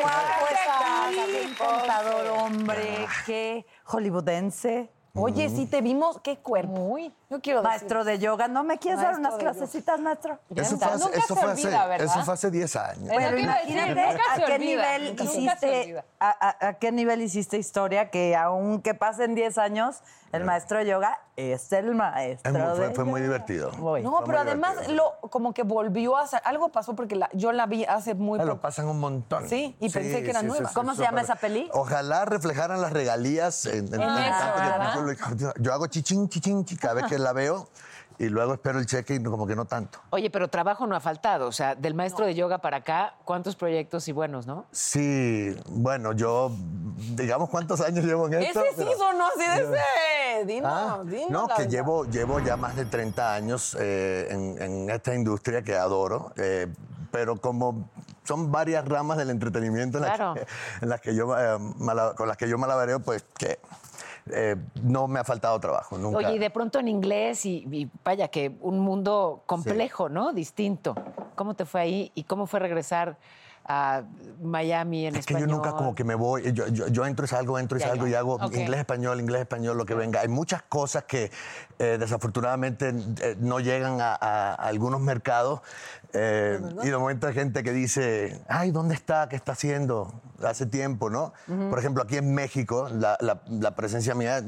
[SPEAKER 7] con ustedes.
[SPEAKER 6] Qué encantador, hombre.
[SPEAKER 7] Ah.
[SPEAKER 6] Qué hollywoodense.
[SPEAKER 3] Oye, sí te vimos, qué cuerpo. Yo quiero decir.
[SPEAKER 6] Maestro de yoga. ¿No me quieres dar
[SPEAKER 3] Maestro
[SPEAKER 6] unas
[SPEAKER 3] de yoga.
[SPEAKER 6] clasecitas, maestro?
[SPEAKER 7] Eso fue, hace,
[SPEAKER 4] Nunca
[SPEAKER 7] eso,
[SPEAKER 4] se
[SPEAKER 7] fue
[SPEAKER 4] olvida,
[SPEAKER 7] hace,
[SPEAKER 4] ¿verdad?
[SPEAKER 7] eso fue hace 10 años.
[SPEAKER 4] Pero
[SPEAKER 6] Pero
[SPEAKER 4] quiero decir,
[SPEAKER 6] imagínate
[SPEAKER 4] nunca se
[SPEAKER 6] a qué
[SPEAKER 4] olvida,
[SPEAKER 6] nivel
[SPEAKER 4] nunca se
[SPEAKER 6] hiciste,
[SPEAKER 4] olvida.
[SPEAKER 6] a, a- a qué nivel hiciste historia que aunque pasen 10 años, el maestro de yoga es el maestro
[SPEAKER 7] Es muy- fue,
[SPEAKER 6] de
[SPEAKER 7] fue muy
[SPEAKER 6] yoga.
[SPEAKER 7] divertido.
[SPEAKER 6] Voy.
[SPEAKER 3] No,
[SPEAKER 7] Fue
[SPEAKER 3] pero
[SPEAKER 7] muy
[SPEAKER 3] además
[SPEAKER 7] divertido.
[SPEAKER 3] lo, como que volvió a hacer. Algo pasó porque la- yo la vi hace muy
[SPEAKER 7] Ah, Lo
[SPEAKER 3] poco.
[SPEAKER 7] pasan un montón.
[SPEAKER 3] Sí, y pensé que era nueva.
[SPEAKER 6] ¿Cómo se llama esa
[SPEAKER 7] súper.
[SPEAKER 6] peli?
[SPEAKER 7] Ojalá reflejaran las regalías en,
[SPEAKER 3] Ah,
[SPEAKER 7] en- en
[SPEAKER 4] eso,
[SPEAKER 7] tanto que-
[SPEAKER 4] ¿verdad?
[SPEAKER 7] yo lo- Yo, hago chichín, chichín, chi- cada vez que la veo y luego espero el cheque y como que no tanto.
[SPEAKER 5] Oye, pero trabajo no ha faltado. O sea, del maestro de yoga para acá, ¿cuántos proyectos y buenos, no?
[SPEAKER 7] Sí, bueno, yo, digamos cuántos años llevo en esto.
[SPEAKER 3] Ese sí
[SPEAKER 7] pero-
[SPEAKER 3] sonó así de ese. Dinos,
[SPEAKER 7] Ah,
[SPEAKER 3] dinos.
[SPEAKER 7] no,
[SPEAKER 3] la
[SPEAKER 7] que
[SPEAKER 3] verdad.
[SPEAKER 7] llevo, llevo ya más de 30 años eh, en, en esta industria que adoro, eh, pero como son varias ramas del entretenimiento en, las
[SPEAKER 5] Claro.
[SPEAKER 7] que- (laughs) en las que yo, eh, mala- con las que yo malabareo, pues que eh, no me ha faltado trabajo nunca.
[SPEAKER 5] Oye, y de pronto en inglés y, y vaya que un mundo complejo, ¿no? Distinto. ¿Cómo te fue ahí y cómo fue regresar a Miami en
[SPEAKER 7] es que
[SPEAKER 5] español?
[SPEAKER 7] yo nunca como que me voy, yo, yo- yo entro y salgo, entro y
[SPEAKER 5] Ya,
[SPEAKER 7] salgo
[SPEAKER 5] ya.
[SPEAKER 7] y hago
[SPEAKER 4] Ok.
[SPEAKER 7] inglés, español, inglés, español, lo que venga. Hay muchas cosas que eh, desafortunadamente eh, no llegan a, a- a algunos mercados eh, y de momento hay gente que dice, ay, ¿dónde está? ¿Qué está haciendo? Hace tiempo, ¿no? Por ejemplo, aquí en México, la- la- la presencia mía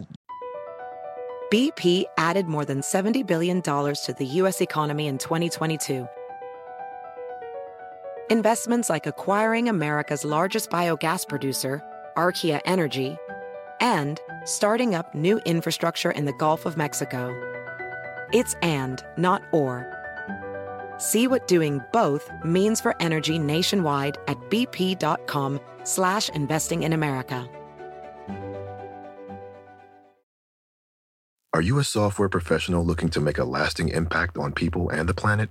[SPEAKER 8] BP added more than $70 billion to the U.S. economy in 2022. Investments like acquiring America's largest biogas producer, Archaea Energy, and starting up new infrastructure in the Gulf of Mexico. It's and, not or. See what doing both means for energy nationwide at bp.com slash investing in America.
[SPEAKER 9] Are you a software professional looking to make a lasting impact on people and the planet?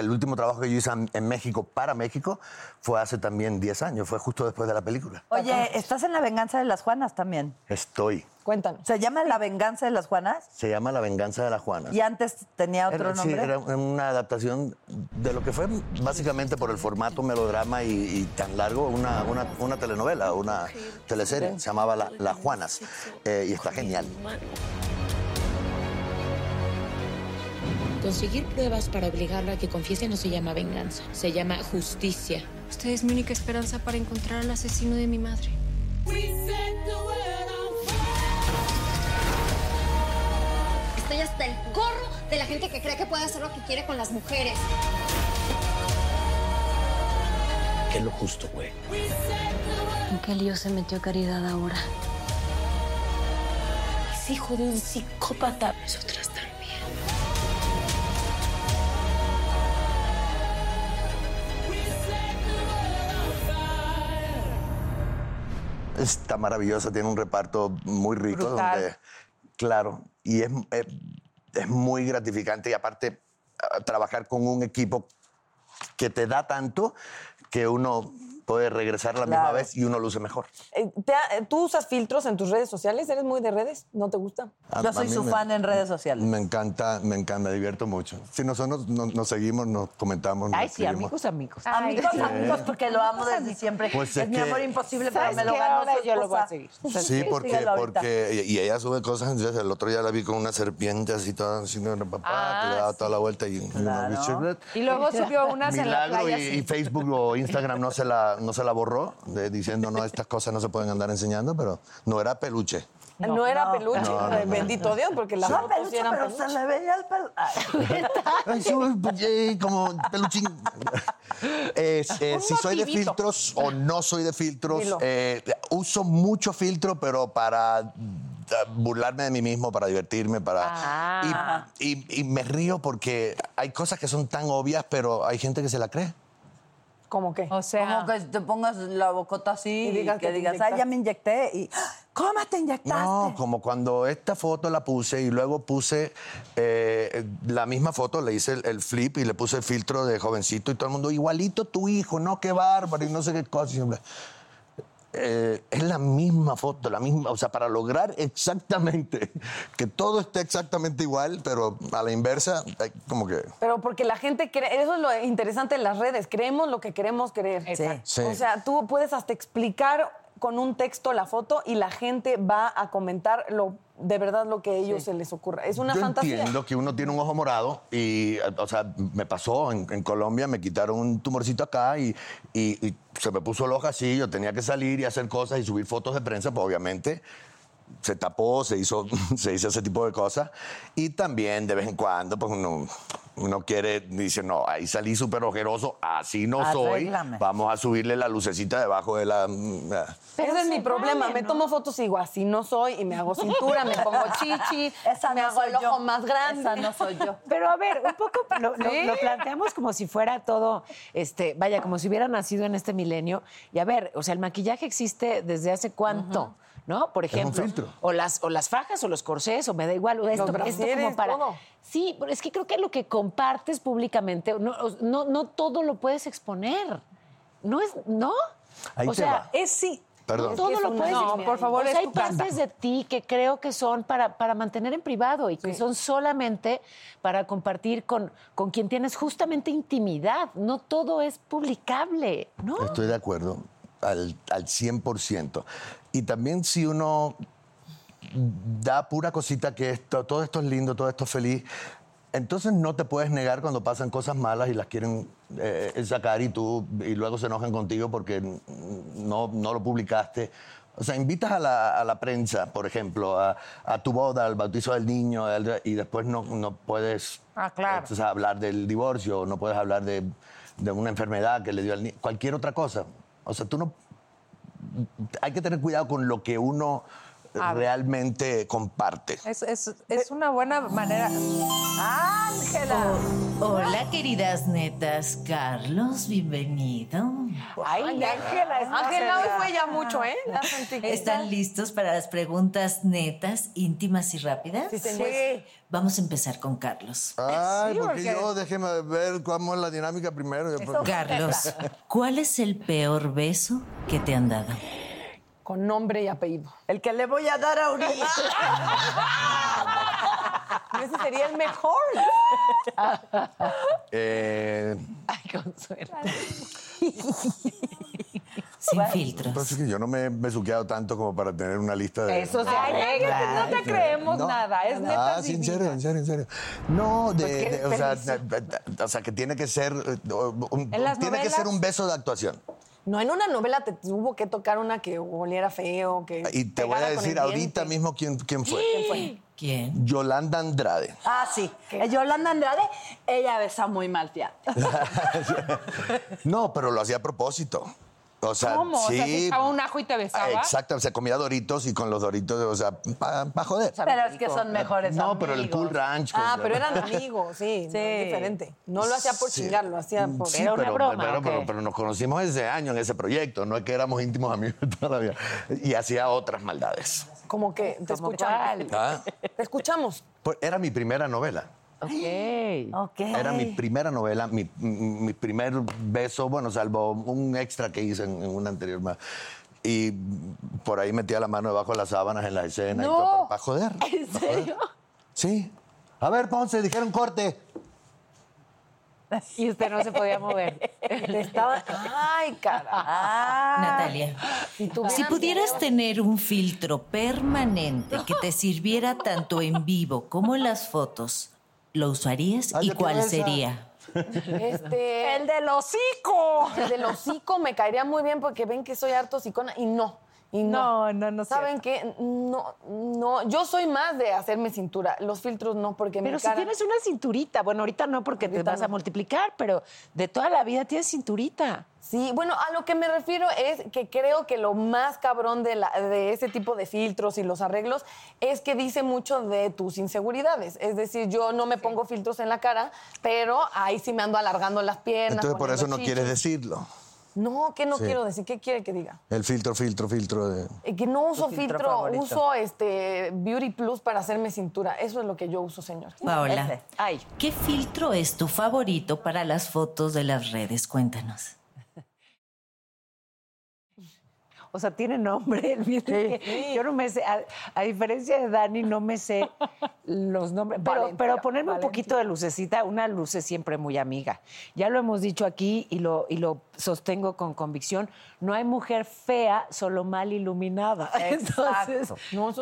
[SPEAKER 7] El último trabajo que yo hice en- en México para México fue hace también 10 años, fue justo después de la película.
[SPEAKER 5] Oh.
[SPEAKER 6] Oye, estás en La Venganza de las Juanas también.
[SPEAKER 7] Estoy.
[SPEAKER 3] Cuéntanos.
[SPEAKER 6] ¿Se llama La Venganza de las Juanas?
[SPEAKER 7] Se llama La venganza de la Juana.
[SPEAKER 6] Y antes tenía otro
[SPEAKER 7] Era- sí,
[SPEAKER 6] nombre.
[SPEAKER 7] era una adaptación de lo que fue básicamente por el formato melodrama y, y tan largo, una, una- una telenovela, una teleserie, se llamaba La- Las Juanas, eh, y está genial.
[SPEAKER 10] Conseguir pruebas para obligarla a que confiese no se llama venganza, se llama justicia.
[SPEAKER 1] Usted es mi única esperanza para encontrar al asesino de mi madre.
[SPEAKER 11] Estoy hasta el gorro de la gente que cree que puede hacer lo que quiere con las mujeres.
[SPEAKER 12] ¿Qué es lo justo, güey?
[SPEAKER 1] ¿En qué lío se metió Caridad ahora? Es hijo de un psicópata. Nosotras también.
[SPEAKER 7] Está maravillosa, tiene un reparto muy rico.
[SPEAKER 6] Brutal.
[SPEAKER 7] Donde, claro, y es, es- es muy gratificante y aparte a- trabajar con un equipo que te da tanto que uno puede regresar la misma
[SPEAKER 3] Claro.
[SPEAKER 7] vez y uno luce mejor.
[SPEAKER 3] Eh, te ha- eh, ¿Tú usas filtros en tus redes sociales? ¿Eres muy de redes? ¿No te gusta?
[SPEAKER 7] Ah, A- a mí me- Me encanta, me encanta, me divierto mucho. Si nosotros nos, nos seguimos, nos comentamos, nos
[SPEAKER 5] Ay, sí,
[SPEAKER 7] escribimos.
[SPEAKER 4] pues,
[SPEAKER 5] amigos, amigos.
[SPEAKER 7] Ay,
[SPEAKER 6] amigos,
[SPEAKER 7] sí.
[SPEAKER 6] amigos, porque lo amo desde siempre.
[SPEAKER 7] Pues
[SPEAKER 6] es,
[SPEAKER 7] es
[SPEAKER 6] mi
[SPEAKER 7] que-
[SPEAKER 6] amor imposible, pero
[SPEAKER 5] ¿Sabes
[SPEAKER 6] me lo
[SPEAKER 5] qué?
[SPEAKER 6] ganó
[SPEAKER 5] Ahora
[SPEAKER 6] su
[SPEAKER 5] yo lo voy a
[SPEAKER 6] esposa.
[SPEAKER 5] seguir.
[SPEAKER 7] Sí, porque,
[SPEAKER 6] Síguelo ahorita.
[SPEAKER 7] porque y y ella sube cosas, entonces el otro día la vi con una serpiente así toda así, no, no, papá, que le daba toda la vuelta y, y uno, "Bicho,
[SPEAKER 4] Ah, Y luego subió unas en la
[SPEAKER 7] Milagro
[SPEAKER 4] playa.
[SPEAKER 7] y,
[SPEAKER 4] así.
[SPEAKER 7] y Facebook o Instagram no se la, no se la borró de- diciendo no, estas cosas no se pueden andar enseñando, pero no era peluche.
[SPEAKER 3] No, era
[SPEAKER 7] no.
[SPEAKER 3] peluche, eh,
[SPEAKER 7] No, no, no.
[SPEAKER 3] bendito Dios, porque la
[SPEAKER 7] Sí.
[SPEAKER 3] foto sí
[SPEAKER 6] Peluche,
[SPEAKER 3] eran
[SPEAKER 6] pero
[SPEAKER 3] peluche.
[SPEAKER 6] se le veía el (laughs) pelo.
[SPEAKER 7] Ay, sí, oye, como peluchín. Eh, eh, si soy de
[SPEAKER 6] motivito.
[SPEAKER 7] filtros o no soy de filtros,
[SPEAKER 6] Dilo.
[SPEAKER 7] eh, uso mucho filtro, pero para eh, burlarme de mí mismo, para divertirme, para...
[SPEAKER 6] Ah.
[SPEAKER 7] Y, y- y me río porque hay cosas que son tan obvias, pero hay gente que se la cree.
[SPEAKER 3] ¿Cómo qué?
[SPEAKER 4] O sea.
[SPEAKER 6] Como que te pongas la bocota así
[SPEAKER 3] Y
[SPEAKER 6] y,
[SPEAKER 3] digas que
[SPEAKER 6] que
[SPEAKER 3] te
[SPEAKER 6] digas, ay,
[SPEAKER 3] inyectaste.
[SPEAKER 6] ya me inyecté. Y, "Ah, ¿cómo te inyectaste?
[SPEAKER 7] No, como cuando esta foto la puse y luego puse eh, la misma foto, le hice el, el flip y le puse el filtro de jovencito y todo el mundo, igualito tu hijo, no, qué bárbaro y no sé qué cosa. y siempre, eh, es la misma foto, la misma, o sea, para lograr exactamente (laughs) que todo esté exactamente igual, pero a la inversa, eh, como que...
[SPEAKER 3] Pero porque la gente cree, eso es lo interesante de las redes, creemos lo que queremos creer.
[SPEAKER 7] Sí.
[SPEAKER 3] O sea, tú puedes hasta explicar con un texto la foto y la gente va a comentar lo de verdad lo que a ellos se les ocurra. Es una
[SPEAKER 7] Yo
[SPEAKER 3] fantasía.
[SPEAKER 7] entiendo que uno tiene un ojo morado y, o sea, me pasó en, en Colombia, me quitaron un tumorcito acá y, y- y se me puso el ojo así, yo tenía que salir y hacer cosas y subir fotos de prensa, pues obviamente se tapó, se hizo, (laughs) se hizo ese tipo de cosas. Y también de vez en cuando, pues uno, uno quiere, dice, no, ahí salí súper ojeroso, así no
[SPEAKER 6] Arréglame.
[SPEAKER 7] soy, vamos a subirle la lucecita debajo de la... mm, ah".
[SPEAKER 3] Ese es mi problema. Me tomo fotos y digo, así no soy, y me hago cintura, me
[SPEAKER 6] (laughs)
[SPEAKER 3] pongo chichi, me hago el ojo más grande.
[SPEAKER 6] Esa no soy yo.
[SPEAKER 5] Pero a ver, un poco lo, lo-
[SPEAKER 3] Sí.
[SPEAKER 5] lo planteamos como si fuera todo, este, vaya, como si hubiera nacido en este milenio. Y a ver, o sea, el maquillaje existe desde hace cuánto, ¿no? Por
[SPEAKER 7] Es un
[SPEAKER 5] ejemplo.
[SPEAKER 7] filtro.
[SPEAKER 5] O las, o las fajas o los corsés, o me da igual, o esto, esto
[SPEAKER 3] brasieres,
[SPEAKER 5] como para.
[SPEAKER 3] todo.
[SPEAKER 5] Sí, pero es que creo que lo que compartes públicamente, no, o- no, no todo lo puedes exponer. No es, ¿no?
[SPEAKER 7] Ahí
[SPEAKER 5] o
[SPEAKER 7] te
[SPEAKER 5] sea,
[SPEAKER 7] va.
[SPEAKER 5] es sí.
[SPEAKER 7] Perdón.
[SPEAKER 3] Es
[SPEAKER 5] Todo
[SPEAKER 3] que es
[SPEAKER 5] lo
[SPEAKER 3] una-
[SPEAKER 5] puedes
[SPEAKER 3] No,
[SPEAKER 5] exponer.
[SPEAKER 3] por favor,
[SPEAKER 5] O sea,
[SPEAKER 3] es
[SPEAKER 5] hay
[SPEAKER 3] tu casa.
[SPEAKER 5] partes de ti que creo que son para, para mantener en privado y que son solamente para compartir con, con quien tienes justamente intimidad. No todo es publicable, ¿no?
[SPEAKER 7] Estoy de acuerdo, al, al 100%. Y también si uno da pura cosita que esto, todo esto es lindo, todo esto es feliz, entonces no te puedes negar cuando pasan cosas malas y las quieren eh, sacar y tú y luego se enojan contigo porque no, no lo publicaste. O sea, invitas a la, a la prensa, por ejemplo, a, a tu boda, al bautizo del niño, al- y después no, no puedes
[SPEAKER 5] Ah, claro.
[SPEAKER 7] entonces, hablar del divorcio, no puedes hablar de, de una enfermedad que le dio al niño, cualquier otra cosa. O sea, tú no. Hay que tener cuidado con lo que uno
[SPEAKER 4] A ver.
[SPEAKER 7] realmente comparte.
[SPEAKER 4] Es, es- es una buena manera.
[SPEAKER 5] ¡Ángela!
[SPEAKER 13] Oh, Hola, queridas netas. Carlos, bienvenido.
[SPEAKER 5] Ay, Ángela, es
[SPEAKER 3] Ángela, hoy fue ya mucho, ¿eh? La sentí que-
[SPEAKER 13] ¿Están listos para las preguntas netas, íntimas y rápidas?
[SPEAKER 3] Sí, señor. Sí.
[SPEAKER 13] Vamos a empezar con Carlos.
[SPEAKER 7] Ay, porque yo déjeme ver cómo es la dinámica primero. yo-
[SPEAKER 13] Carlos, ¿cuál es el peor beso que te han dado?
[SPEAKER 3] Con nombre y apellido.
[SPEAKER 6] El que le voy a dar a Uri.
[SPEAKER 3] (laughs) Y ese sería el mejor.
[SPEAKER 7] Eh,
[SPEAKER 5] Ay, consuelo.
[SPEAKER 13] Sin filtros.
[SPEAKER 7] Entonces que yo no me he besuqueado tanto como para tener una lista de.
[SPEAKER 5] Eso se
[SPEAKER 4] Ay,
[SPEAKER 5] arregla.
[SPEAKER 4] no te creemos nada, es neta
[SPEAKER 7] Ah, sí, en
[SPEAKER 4] divina.
[SPEAKER 7] serio, en serio, en serio. No, de,
[SPEAKER 4] Pues qué
[SPEAKER 7] de- o, sea,
[SPEAKER 4] feliz.
[SPEAKER 7] de- de- o sea, que tiene que ser eh, un-
[SPEAKER 3] En las
[SPEAKER 7] tiene que
[SPEAKER 3] novelas-
[SPEAKER 7] ser un beso de actuación.
[SPEAKER 3] No, en una novela te tuvo que tocar una que oliera feo, que...
[SPEAKER 7] Y te voy a
[SPEAKER 3] pegara con
[SPEAKER 7] decir
[SPEAKER 3] el
[SPEAKER 7] ahorita mismo quién, quién fue.
[SPEAKER 3] ¿Quién fue?
[SPEAKER 13] ¿Quién?
[SPEAKER 7] Yolanda Andrade.
[SPEAKER 14] Ah, sí. Eh, Yolanda Andrade, ella besa muy mal,
[SPEAKER 3] (laughs)
[SPEAKER 14] fíjate.
[SPEAKER 7] No, pero lo hacía a propósito. O sea,
[SPEAKER 4] ¿Cómo? O
[SPEAKER 7] sí.
[SPEAKER 4] sea, te echaba un ajo y te besaba.
[SPEAKER 7] Exacto, se comía doritos y con los doritos, o sea, para joder.
[SPEAKER 6] Pero es que son mejores
[SPEAKER 7] No, pero el Cool Ranch. pues,
[SPEAKER 3] Ah,
[SPEAKER 7] o sea,
[SPEAKER 3] pero eran amigos, sí, no, es diferente. No lo hacía por
[SPEAKER 7] Sí.
[SPEAKER 3] chingar, lo hacía por...
[SPEAKER 7] Sí, pero, pero, pero- pero nos conocimos ese año en ese proyecto, no es que éramos íntimos amigos todavía. Y hacía otras maldades.
[SPEAKER 3] Como que te escuchamos. (laughs)
[SPEAKER 7] Ah,
[SPEAKER 3] Te escuchamos.
[SPEAKER 7] pues era mi primera novela.
[SPEAKER 3] Ok. Ok.
[SPEAKER 7] Era mi primera novela, mi, mi- mi primer beso, bueno, salvo un extra que hice en, en una anterior más. Y por ahí metía la mano debajo de las sábanas en la escena y
[SPEAKER 14] No.
[SPEAKER 7] todo, pero para joder.
[SPEAKER 14] ¿En serio?
[SPEAKER 7] Sí. A ver, Ponce, dijeron corte.
[SPEAKER 5] Y usted no se podía mover.
[SPEAKER 6] (laughs)
[SPEAKER 3] Estaba. ¡Ay, cara!
[SPEAKER 13] Natalia, si pudieras tener un filtro permanente que te sirviera tanto en vivo como en las fotos, ¿lo usarías y cuál
[SPEAKER 3] quiero esa.
[SPEAKER 13] sería?
[SPEAKER 3] Este, (laughs) el del hocico. El del hocico me caería muy bien porque ven que soy harto hocicona y no. Y no, no, no. ¿Saben qué? No, no. Yo soy más de hacerme cintura. Los filtros no, porque
[SPEAKER 5] Pero
[SPEAKER 3] mi
[SPEAKER 5] si
[SPEAKER 3] cara...
[SPEAKER 5] tienes una cinturita, bueno, ahorita no porque te vas a multiplicar, pero de toda la vida tienes cinturita.
[SPEAKER 3] Sí, bueno, a lo que me refiero es que creo que lo más cabrón de, la- de ese tipo de filtros y los arreglos es que dice mucho de tus inseguridades. Es decir, yo no me pongo filtros en la cara, pero ahí sí me ando alargando las piernas.
[SPEAKER 7] Entonces por eso
[SPEAKER 3] poniendo
[SPEAKER 7] no
[SPEAKER 3] chichis.
[SPEAKER 7] quieres decirlo.
[SPEAKER 3] No, ¿qué no
[SPEAKER 7] Sí.
[SPEAKER 3] quiero decir? ¿Qué quiere que diga?
[SPEAKER 7] El filtro, filtro, filtro de...
[SPEAKER 3] Eh, Que no uso
[SPEAKER 7] filtro
[SPEAKER 3] filtro,
[SPEAKER 7] favorito.
[SPEAKER 3] uso este Beauty Plus para hacerme cintura. Eso es lo que yo uso, señor. Este.
[SPEAKER 13] Paola, ¿qué filtro es tu favorito para las fotos de las redes? Cuéntanos.
[SPEAKER 5] O sea, tiene nombre. (laughs) el mío es que Yo no me sé, a, a diferencia de Dani, no
[SPEAKER 13] (laughs)
[SPEAKER 5] me sé los nombres. Pero,
[SPEAKER 4] Valentía,
[SPEAKER 5] pero ponerme un poquito de lucecita, una luz es siempre muy amiga. Ya lo hemos dicho aquí y lo, y lo sostengo con convicción. No hay mujer fea, solo mal iluminada. (laughs) Entonces,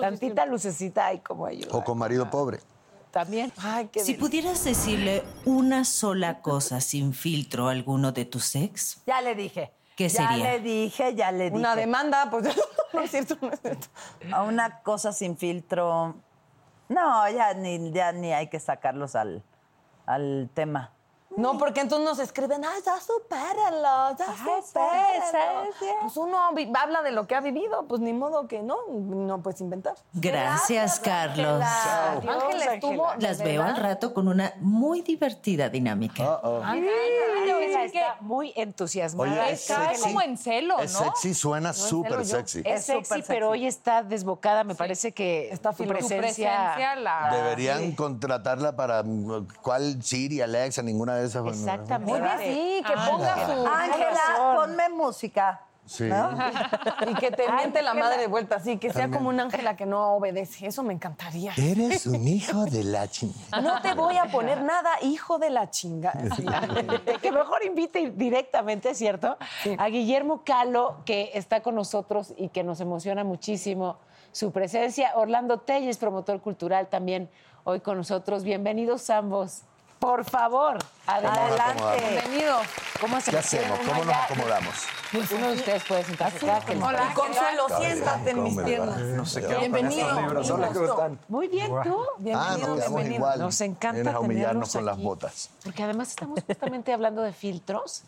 [SPEAKER 5] tantita lucecita hay como ellos.
[SPEAKER 7] O con
[SPEAKER 3] Ah.
[SPEAKER 7] marido pobre.
[SPEAKER 5] También.
[SPEAKER 13] Si pudieras decirle una sola cosa sin filtro a alguno de tus ex,
[SPEAKER 6] Ya le dije.
[SPEAKER 13] ¿Qué
[SPEAKER 6] ya
[SPEAKER 13] sería?
[SPEAKER 6] le dije, ya le dije.
[SPEAKER 13] Una
[SPEAKER 3] demanda, pues (laughs) no es cierto, no es cierto.
[SPEAKER 6] A una cosa sin filtro. No, ya ni, ya ni hay que sacarlos al, al tema.
[SPEAKER 3] No, porque entonces nos escriben, ay, ya supéralo, ya supéralo". Pues uno vi- habla de lo que ha vivido, pues ni modo que no, no puedes inventar.
[SPEAKER 13] Gracias, Carlos.
[SPEAKER 3] Ángela. Chao. Ángela Adiós, estuvo, Ángela.
[SPEAKER 13] Las
[SPEAKER 3] de
[SPEAKER 13] veo al
[SPEAKER 3] verdad.
[SPEAKER 13] rato con una muy divertida dinámica.
[SPEAKER 5] Ángela está muy entusiasmada.
[SPEAKER 13] Oye, es Está sexy. como
[SPEAKER 5] en celo,
[SPEAKER 7] Es sexy, suena súper sexy.
[SPEAKER 5] Es sexy, pero hoy está desbocada. Me parece que está tu
[SPEAKER 4] filo- tu
[SPEAKER 5] presencia...
[SPEAKER 4] presencia la-
[SPEAKER 3] Ah,
[SPEAKER 7] Deberían contratarla para... mm, ¿Cuál? Siri, Alexa, ninguna de esas. bueno, no.
[SPEAKER 6] Exactamente.
[SPEAKER 3] Oye, sí, que ponga su
[SPEAKER 6] Ángela,
[SPEAKER 3] corazón.
[SPEAKER 6] ponme música.
[SPEAKER 7] Sí.
[SPEAKER 3] Y que te
[SPEAKER 6] Ay,
[SPEAKER 3] miente la
[SPEAKER 6] Ángela.
[SPEAKER 3] madre de vuelta, sí, que sea
[SPEAKER 7] También.
[SPEAKER 3] como una ángela que no obedece. Eso me encantaría.
[SPEAKER 7] Eres un hijo de la chingada.
[SPEAKER 3] No te voy a poner nada, hijo de la
[SPEAKER 7] (laughs)
[SPEAKER 3] chinga. Sí.
[SPEAKER 5] (laughs) que mejor invite directamente, ¿cierto? A Guillermo Calo, que está con nosotros y que nos emociona muchísimo su presencia. Orlando Telles, promotor cultural, también hoy con nosotros. Bienvenidos ambos. Por favor,
[SPEAKER 7] nos
[SPEAKER 5] adelante.
[SPEAKER 7] acomodamos?
[SPEAKER 5] Bienvenidos. ¿Cómo
[SPEAKER 7] ¿Qué hacemos? ¿Cómo nos acomodamos?
[SPEAKER 5] Pues uno de ustedes puede sentarse. Cada quien.
[SPEAKER 3] Hola, Y Consuelo, Ángela. siéntate Ah, en mis piernas.
[SPEAKER 15] No sé qué
[SPEAKER 3] Bienvenido.
[SPEAKER 7] Hola, ¿cómo están?
[SPEAKER 5] Muy bien, tú.
[SPEAKER 7] Ah, nos quedamos igual.
[SPEAKER 5] Nos encanta
[SPEAKER 7] Vienes a humillarnos
[SPEAKER 5] tenerlos
[SPEAKER 7] con las
[SPEAKER 5] aquí.
[SPEAKER 7] botas.
[SPEAKER 5] Porque además estamos justamente hablando de filtros.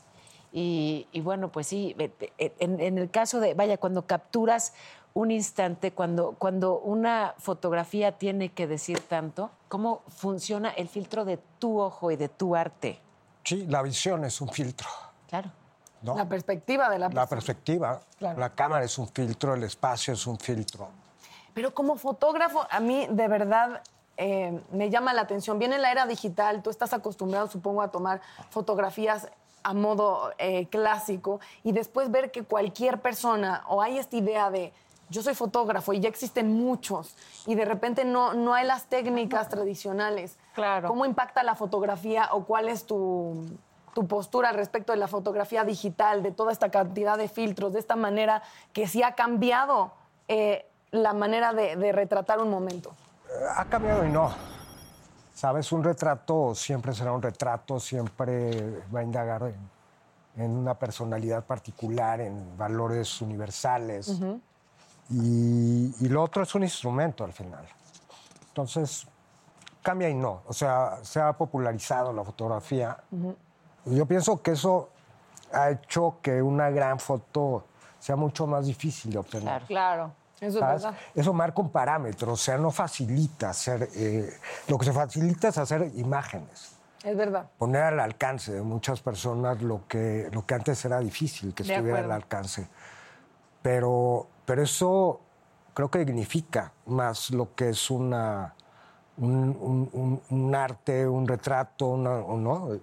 [SPEAKER 5] e, Y, y bueno, pues sí, ve- ve- en, en el caso de, vaya, cuando capturas un instante cuando, cuando una fotografía tiene que decir tanto? ¿Cómo funciona el filtro de tu ojo y de tu arte?
[SPEAKER 15] Sí, la visión es un filtro.
[SPEAKER 5] Claro.
[SPEAKER 15] ¿no?
[SPEAKER 3] La perspectiva de la
[SPEAKER 15] La perspectiva,
[SPEAKER 3] Claro.
[SPEAKER 15] la cámara es un filtro, el espacio es un filtro.
[SPEAKER 3] Pero como fotógrafo, a mí de verdad eh, me llama la atención. Viene la era digital, tú estás acostumbrado, supongo, a tomar fotografías a modo eh, clásico y después ver que cualquier persona, o hay esta idea de yo soy fotógrafo y ya existen muchos, y de repente no, no hay las técnicas tradicionales.
[SPEAKER 4] Claro.
[SPEAKER 3] ¿Cómo impacta la fotografía o cuál es tu, tu postura al respecto de la fotografía digital, de toda esta cantidad de filtros, de esta manera que sí ha cambiado eh, la manera de, de retratar un momento.
[SPEAKER 15] ha cambiado y no. Sabes, un retrato siempre será un retrato, siempre va a indagar en, en una personalidad particular, en valores universales.
[SPEAKER 16] Ujú.
[SPEAKER 15] y, y lo otro es un instrumento al final. Entonces, cambia y no. O sea, se ha popularizado la fotografía. Yo pienso que eso ha hecho que una gran foto sea mucho más difícil de obtener.
[SPEAKER 4] Claro. Eso
[SPEAKER 15] ¿Sabes? Eso marca un parámetro, o sea, no facilita hacer, eh, lo que se facilita es hacer imágenes,
[SPEAKER 3] Es verdad.
[SPEAKER 15] poner al alcance de muchas personas lo que, lo que antes era difícil que
[SPEAKER 3] De
[SPEAKER 15] estuviera al
[SPEAKER 3] acuerdo.
[SPEAKER 15] alcance. Pero, pero eso creo que dignifica más lo que es una, un, un- un- un arte, un retrato, una- o ¿no? Eh,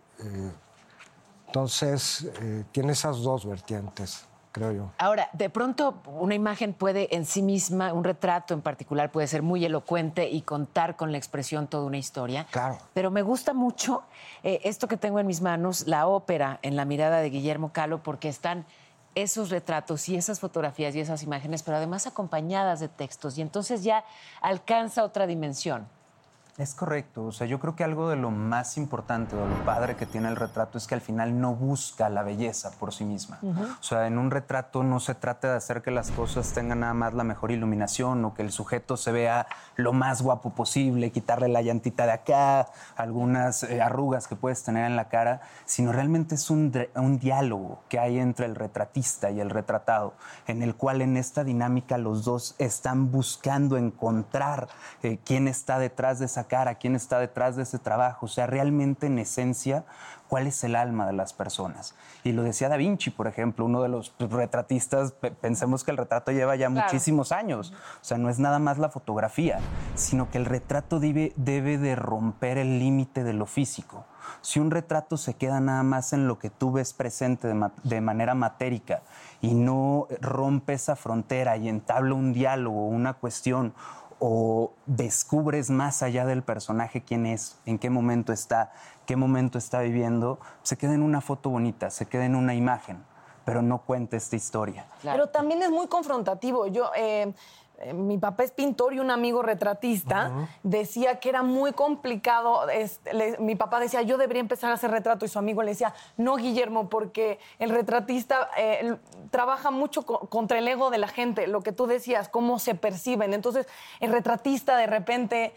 [SPEAKER 15] entonces, eh, tiene esas dos vertientes, creo yo.
[SPEAKER 5] Ahora, de pronto una imagen puede en sí misma, un retrato en particular puede ser muy elocuente y contar con la expresión toda una historia.
[SPEAKER 15] Claro.
[SPEAKER 5] Pero me gusta mucho eh, esto que tengo en mis manos, la ópera en la mirada de Guillermo Calo, porque están esos retratos y esas fotografías y esas imágenes, pero además acompañadas de textos y entonces ya alcanza otra dimensión.
[SPEAKER 17] Es correcto, o sea, yo creo que algo de lo más importante, de lo padre que tiene el retrato es que al final no busca la belleza por sí misma.
[SPEAKER 12] Ujú.
[SPEAKER 17] O sea, en un retrato no se trata de hacer que las cosas tengan nada más la mejor iluminación o que el sujeto se vea lo más guapo posible, quitarle la llantita de acá, algunas eh, arrugas que puedes tener en la cara, sino realmente es un, dre- un diálogo que hay entre el retratista y el retratado, en el cual en esta dinámica los dos están buscando encontrar eh, quién está detrás de esa cara, quién está detrás de ese trabajo, o sea, realmente en esencia cuál es el alma de las personas. Y lo decía Da Vinci, por ejemplo, uno de los retratistas, pe- pensemos que el retrato lleva ya
[SPEAKER 12] Claro.
[SPEAKER 17] muchísimos años, o sea, no es nada más la fotografía, sino que el retrato debe, debe de romper el límite de lo físico. Si un retrato se queda nada más en lo que tú ves presente de, ma- de manera matérica y no rompe esa frontera y entabla un diálogo, una cuestión o descubres más allá del personaje quién es, en qué momento está, qué momento está viviendo, se queda en una foto bonita, se queda en una imagen, pero no cuenta esta historia.
[SPEAKER 3] Pero también es muy confrontativo. Yo, eh, eh, mi papá es pintor y un amigo retratista decía que era muy complicado. este, le- mi papá decía, yo debería empezar a hacer retrato y su amigo le decía, no, Guillermo, porque el retratista eh, l- trabaja mucho co- contra el ego de la gente, lo que tú decías, cómo se perciben. Entonces, el retratista de repente...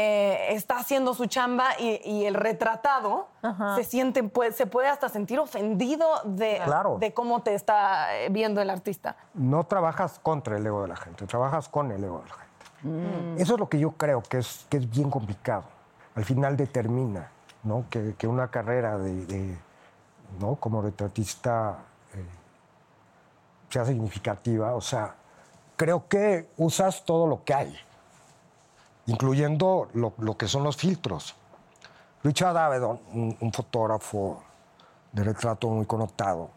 [SPEAKER 3] eh, está haciendo su chamba y, y el retratado
[SPEAKER 14] Ajá.
[SPEAKER 3] se siente, puede- se puede hasta sentir ofendido de,
[SPEAKER 15] Claro.
[SPEAKER 3] de cómo te está eh, viendo el artista.
[SPEAKER 15] no trabajas contra el ego de la gente, trabajas con el ego de la gente.
[SPEAKER 3] Mm.
[SPEAKER 15] Eso es lo que yo creo que es, que es bien complicado. Al final determina ¿no? que, que una carrera de, de, ¿no? como retratista eh, sea significativa. O sea, creo que usas todo lo que hay, incluyendo lo, lo que son los filtros. Richard Avedon, un- un fotógrafo de retrato muy connotado,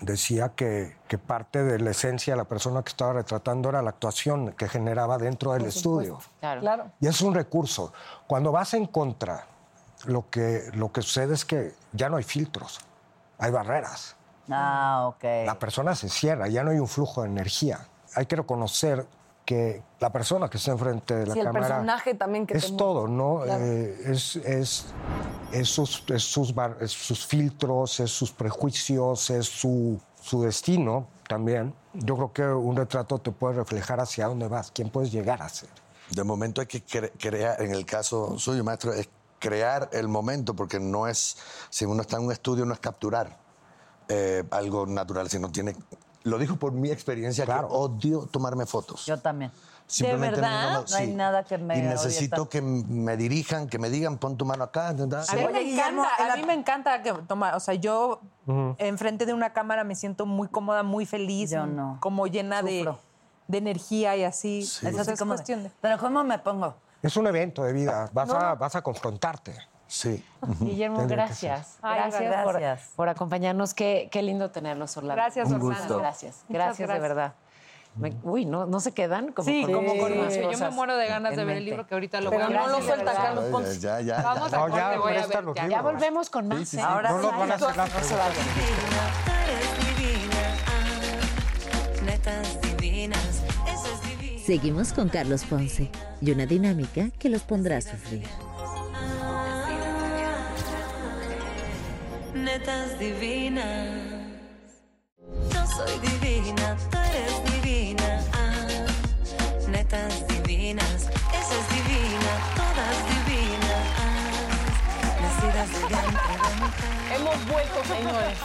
[SPEAKER 15] decía que, que parte de la esencia de la persona que estaba retratando era la actuación que generaba dentro del
[SPEAKER 3] Por
[SPEAKER 15] estudio.
[SPEAKER 3] supuesto. Claro.
[SPEAKER 15] Y es un recurso. Cuando vas en contra, lo que, lo que sucede es que ya no hay filtros, hay barreras.
[SPEAKER 6] Ah, ok.
[SPEAKER 15] La persona se cierra, ya no hay un flujo de energía. Hay que reconocer que la persona que está enfrente de la
[SPEAKER 3] Sí, el
[SPEAKER 15] cámara
[SPEAKER 3] personaje también que te
[SPEAKER 15] es
[SPEAKER 3] mueve.
[SPEAKER 15] todo, ¿no?
[SPEAKER 3] Claro.
[SPEAKER 15] Eh, es, es- es sus, es sus bar- es sus filtros, es sus prejuicios, es su, su destino también. Yo creo que un retrato te puede reflejar hacia dónde vas, quién puedes llegar a ser.
[SPEAKER 7] De momento hay que cre- crear, en el caso suyo, maestro, es crear el momento, porque no es, si uno está en un estudio, no es capturar eh, algo natural, sino tiene Lo dijo por mi experiencia que odio tomarme fotos. Yo
[SPEAKER 6] también.
[SPEAKER 7] Simplemente
[SPEAKER 6] ¿De verdad?
[SPEAKER 7] no,
[SPEAKER 6] No hay nada que me
[SPEAKER 7] Y
[SPEAKER 6] odie
[SPEAKER 7] necesito
[SPEAKER 6] tanto.
[SPEAKER 7] que me dirijan, que me digan, pon tu mano acá. ta, ta.
[SPEAKER 4] A mí, me encanta,
[SPEAKER 3] eh,
[SPEAKER 4] a mí me encanta que toma, o sea, yo
[SPEAKER 7] Ujú.
[SPEAKER 4] enfrente de una cámara me siento muy cómoda, muy feliz, como llena de, de energía y así.
[SPEAKER 6] Es
[SPEAKER 4] Entonces,
[SPEAKER 6] así
[SPEAKER 4] es
[SPEAKER 6] como de,
[SPEAKER 4] cuestión de...
[SPEAKER 6] Pero ¿cómo me pongo?
[SPEAKER 15] Es un evento de vida. Vas,
[SPEAKER 4] Ah. No,
[SPEAKER 15] a,
[SPEAKER 4] no.
[SPEAKER 15] vas a confrontarte.
[SPEAKER 7] Sí.
[SPEAKER 5] Guillermo, gracias.
[SPEAKER 18] Ay,
[SPEAKER 5] gracias
[SPEAKER 18] gracias.
[SPEAKER 5] por- Por, acompañarnos. Qué, qué lindo tenerlos, Orlando.
[SPEAKER 18] Gracias, Un Orlando. gusto.
[SPEAKER 5] Gracias,
[SPEAKER 18] Muchas
[SPEAKER 5] gracias de
[SPEAKER 18] gracias.
[SPEAKER 5] verdad. Me- uy, no, no se quedan como
[SPEAKER 4] Sí,
[SPEAKER 5] con,
[SPEAKER 4] como con
[SPEAKER 5] muchas
[SPEAKER 4] mucho. Yo me
[SPEAKER 5] cosas
[SPEAKER 4] muero de ganas de
[SPEAKER 5] en
[SPEAKER 4] ver el
[SPEAKER 5] mente.
[SPEAKER 4] libro que ahorita lo voy a ver. Gracias, de verdad.
[SPEAKER 7] Ya, ya, ya.
[SPEAKER 4] Vamos a corte, voy a ver.
[SPEAKER 5] Ya volvemos con más. ¿eh?
[SPEAKER 1] Ah, Netas divinas, eso es divino.
[SPEAKER 2] Seguimos con Carlos Ponce y una dinámica que los pondrá a sufrir.
[SPEAKER 1] Netas divinas. Yo soy divina, tú eres divina. Ah, netas divinas, eso es divina, todas divinas. Ah, nacidas de vientre de mujer.
[SPEAKER 3] Hemos vuelto, (laughs) señores.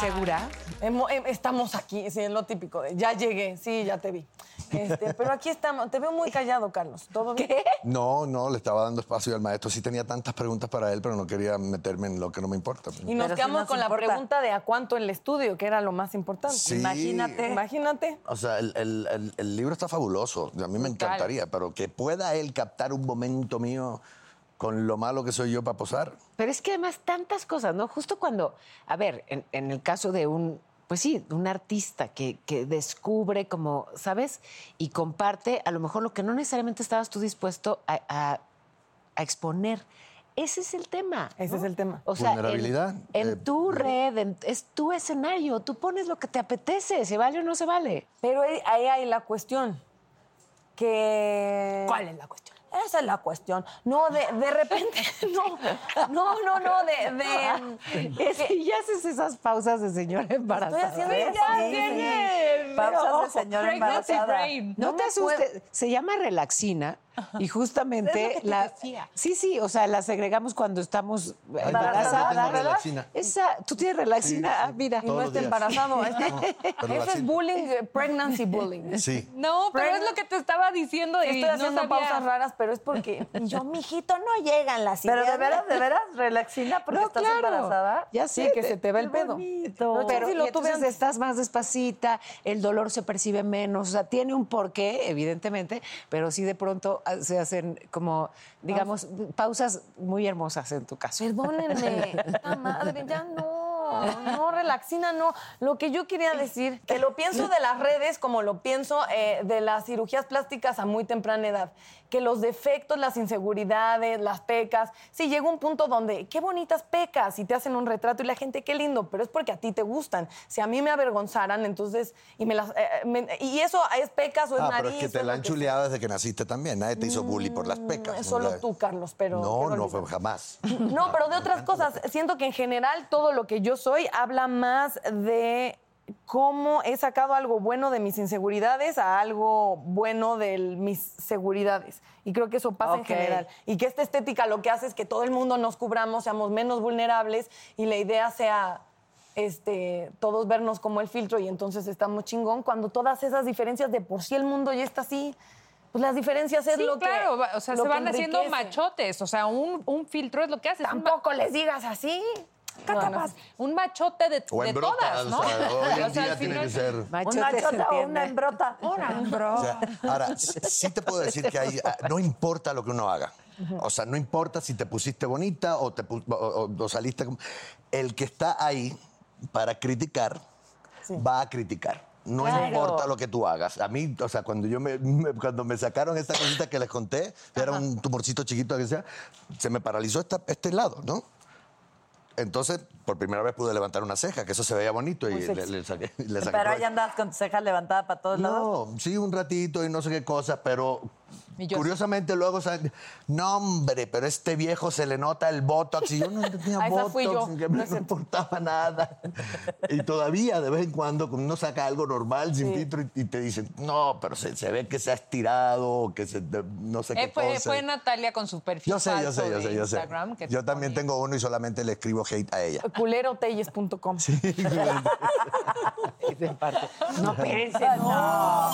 [SPEAKER 18] ¿Segura?
[SPEAKER 3] Hemo- em- estamos aquí, sí, es lo típico de ya llegué, sí, ya te vi. (laughs) Este, pero aquí estamos, te veo muy callado, Carlos. ¿Todo bien?
[SPEAKER 7] No, no, le estaba dando espacio al maestro. Sí tenía tantas preguntas para él, pero no quería meterme en lo que no me importa.
[SPEAKER 3] Y nos quedamos con la pregunta de a cuánto el estudio, que era lo más importante.
[SPEAKER 7] Sí. Imagínate.
[SPEAKER 3] Imagínate.
[SPEAKER 7] O sea, el, el- el- el libro está fabuloso. A mí me encantaría, pero que pueda él captar un momento mío con lo malo que soy yo para posar.
[SPEAKER 5] Pero es que además tantas cosas, ¿no? Justo cuando, a ver, en, en el caso de un, pues sí, un artista que, que descubre como, ¿sabes? Y comparte a lo mejor lo que no necesariamente estabas tú dispuesto a, a- a exponer. Ese es el tema.
[SPEAKER 3] Ese es el tema.
[SPEAKER 5] O sea, en-
[SPEAKER 7] Vulnerabilidad,
[SPEAKER 5] En,
[SPEAKER 7] eh,
[SPEAKER 5] tu red, en- es tu escenario, tú pones lo que te apetece, se vale o no se vale.
[SPEAKER 3] Pero ahí ahí hay la cuestión. Que... ¿Cuál es la cuestión? Esa es la cuestión. No, de, de repente. (laughs) No, no, no, no, (laughs) Ah, de.
[SPEAKER 6] (laughs)
[SPEAKER 3] de
[SPEAKER 5] Es que ya haces esas pausas de señora embarazada.
[SPEAKER 3] haciendo ya
[SPEAKER 5] Sí, sí,
[SPEAKER 3] tiene
[SPEAKER 5] sí.
[SPEAKER 3] pausas
[SPEAKER 5] Pero
[SPEAKER 3] de
[SPEAKER 5] ojo,
[SPEAKER 3] señora
[SPEAKER 5] pregnancy
[SPEAKER 3] embarazada.
[SPEAKER 5] brain. No,
[SPEAKER 3] No
[SPEAKER 5] te
[SPEAKER 3] me puedo-
[SPEAKER 5] asustes. Se llama relaxina y justamente
[SPEAKER 3] Es lo que te
[SPEAKER 5] la
[SPEAKER 3] decía.
[SPEAKER 5] Sí, sí, o sea, la segregamos cuando estamos
[SPEAKER 3] yo
[SPEAKER 5] embarazadas.
[SPEAKER 3] tengo relaxina.
[SPEAKER 5] Esa, tú tienes relaxina,
[SPEAKER 3] Sí, sí,
[SPEAKER 5] ah, mira.
[SPEAKER 3] Y no está embarazado. ¿eh? (laughs) Ese es bullying, eh, pregnancy bullying.
[SPEAKER 7] Sí.
[SPEAKER 4] No, pero es lo que te estaba diciendo. y
[SPEAKER 3] Estoy
[SPEAKER 4] no
[SPEAKER 3] haciendo
[SPEAKER 4] sabía.
[SPEAKER 3] pausas raras, pero es porque y yo, mijito, no llegan las
[SPEAKER 6] Pero de
[SPEAKER 3] ideas.
[SPEAKER 6] veras, de veras, relaxina porque
[SPEAKER 3] No,
[SPEAKER 6] estás
[SPEAKER 3] claro.
[SPEAKER 6] embarazada.
[SPEAKER 5] Ya
[SPEAKER 3] Sí,
[SPEAKER 5] sé,
[SPEAKER 3] que se te va el
[SPEAKER 5] qué
[SPEAKER 3] pedo.
[SPEAKER 5] bonito.
[SPEAKER 3] No,
[SPEAKER 5] Pero
[SPEAKER 3] sí,
[SPEAKER 5] y
[SPEAKER 3] lo tuve
[SPEAKER 5] entonces
[SPEAKER 3] antes.
[SPEAKER 5] estás más despacita, el dolor se percibe menos, o sea, tiene un porqué, evidentemente, pero sí de pronto ah, se hacen como, digamos, pausas muy hermosas en tu caso. (laughs)
[SPEAKER 3] Perdónenme, puta madre, ya no, no, relaxina, no. Lo que yo quería decir, que lo pienso de las redes como lo pienso eh, de las cirugías plásticas a muy temprana edad, que los defectos, las inseguridades, las pecas, sí, llega un punto donde, qué bonitas pecas, y te hacen un retrato y la gente, qué lindo, pero es porque a ti te gustan. Si a mí me avergonzaran, entonces, y me las, eh, me- y eso es pecas o es
[SPEAKER 7] Ah,
[SPEAKER 3] nariz.
[SPEAKER 7] pero es que
[SPEAKER 3] o
[SPEAKER 7] te
[SPEAKER 3] es lo
[SPEAKER 7] la han
[SPEAKER 3] que sea.
[SPEAKER 7] chuleado desde que naciste también. Nadie te hizo bully por las pecas.
[SPEAKER 3] Solo
[SPEAKER 7] ¿verdad?
[SPEAKER 3] tú, Carlos, pero...
[SPEAKER 7] No,
[SPEAKER 3] qué
[SPEAKER 7] no,
[SPEAKER 3] bonito.
[SPEAKER 7] fue jamás.
[SPEAKER 3] No, pero de otras cosas. Siento que en general todo lo que yo soy habla más de cómo he sacado algo bueno de mis inseguridades a algo bueno de el- mis seguridades. Y creo que eso pasa
[SPEAKER 6] Ok.
[SPEAKER 3] en general. Y que esta estética lo que hace es que todo el mundo nos cubramos, seamos menos vulnerables y la idea sea este, todos vernos como el filtro y entonces estamos chingón cuando todas esas diferencias de por sí el mundo ya está así. Pues las diferencias es
[SPEAKER 4] Sí,
[SPEAKER 3] lo
[SPEAKER 4] claro,
[SPEAKER 3] que
[SPEAKER 4] va- o sea,
[SPEAKER 3] lo
[SPEAKER 4] se
[SPEAKER 3] que
[SPEAKER 4] van haciendo
[SPEAKER 3] enriquece.
[SPEAKER 4] machotes, o sea, un, un filtro es lo que haces. Tampoco
[SPEAKER 3] les digas así.
[SPEAKER 4] Un machote de,
[SPEAKER 7] O
[SPEAKER 4] de
[SPEAKER 7] embrota,
[SPEAKER 4] todas,
[SPEAKER 7] o
[SPEAKER 4] ¿no?
[SPEAKER 7] sea, hoy
[SPEAKER 4] (laughs)
[SPEAKER 7] en
[SPEAKER 4] O sea,
[SPEAKER 7] día
[SPEAKER 4] al
[SPEAKER 7] tiene
[SPEAKER 4] final-
[SPEAKER 7] que ser- Un
[SPEAKER 6] Un machota o una embrota.
[SPEAKER 7] O sea, ahora,
[SPEAKER 6] (laughs)
[SPEAKER 7] s- sí te puedo decir que hay, ah, no importa lo que uno haga. O sea, no importa si te pusiste bonita o, te pu- o- o- o saliste... como- El que está ahí para criticar, va a criticar. No
[SPEAKER 19] Claro.
[SPEAKER 7] importa lo que tú hagas. A mí, o sea, cuando yo me, me- cuando me sacaron esta cosita que les conté, que era un tumorcito chiquito que sea, se me paralizó esta- este lado, ¿no? Entonces, por primera vez pude levantar una ceja, que eso se veía bonito y
[SPEAKER 6] Muy
[SPEAKER 7] le,
[SPEAKER 6] sexy.
[SPEAKER 7] le saqué, le
[SPEAKER 6] Pero
[SPEAKER 7] saqué provecho.
[SPEAKER 6] ahí andabas con tus cejas levantadas para todos lados.
[SPEAKER 7] No, sí, un ratito y no sé qué cosas, pero Curiosamente luego, salen, no hombre, pero a este viejo se le nota el botox y yo no
[SPEAKER 4] (laughs)
[SPEAKER 7] tenía
[SPEAKER 3] Ah, esa
[SPEAKER 7] botox,
[SPEAKER 3] fui yo.
[SPEAKER 7] que me no importaba nada. Y todavía de vez en cuando cuando uno saca algo normal sin filtro y, y te dicen, no, pero se, se ve que se ha estirado, o que se, de- no sé
[SPEAKER 4] Eh,
[SPEAKER 7] qué
[SPEAKER 4] fue,
[SPEAKER 7] cosa.
[SPEAKER 4] fue Natalia con su perfil
[SPEAKER 7] yo sé, yo
[SPEAKER 4] falso
[SPEAKER 7] sé, yo
[SPEAKER 4] de
[SPEAKER 7] sé, yo sé.
[SPEAKER 4] Instagram (laughs) que
[SPEAKER 7] Yo también tengo uno y solamente le escribo hate a ella.
[SPEAKER 3] Culerotelles.com.
[SPEAKER 7] Sí,
[SPEAKER 6] (laughs)
[SPEAKER 5] No, espérense,
[SPEAKER 3] no.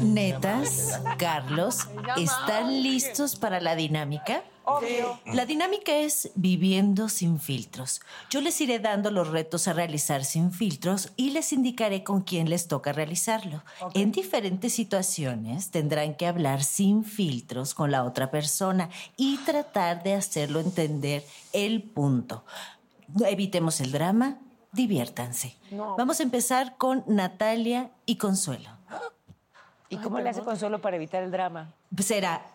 [SPEAKER 13] Netas, Carlos, ¿están listos para la dinámica?
[SPEAKER 14] Obvio.
[SPEAKER 13] La dinámica es viviendo sin filtros. Yo les iré dando los retos a realizar sin filtros y les indicaré con quién les toca realizarlo. En diferentes situaciones tendrán que hablar sin filtros con la otra persona y tratar de hacerlo entender el punto. No Evitemos el drama, diviértanse. Vamos a empezar con Natalia y Consuelo.
[SPEAKER 5] ¿Y cómo le hace Consuelo para evitar el drama?
[SPEAKER 13] será pues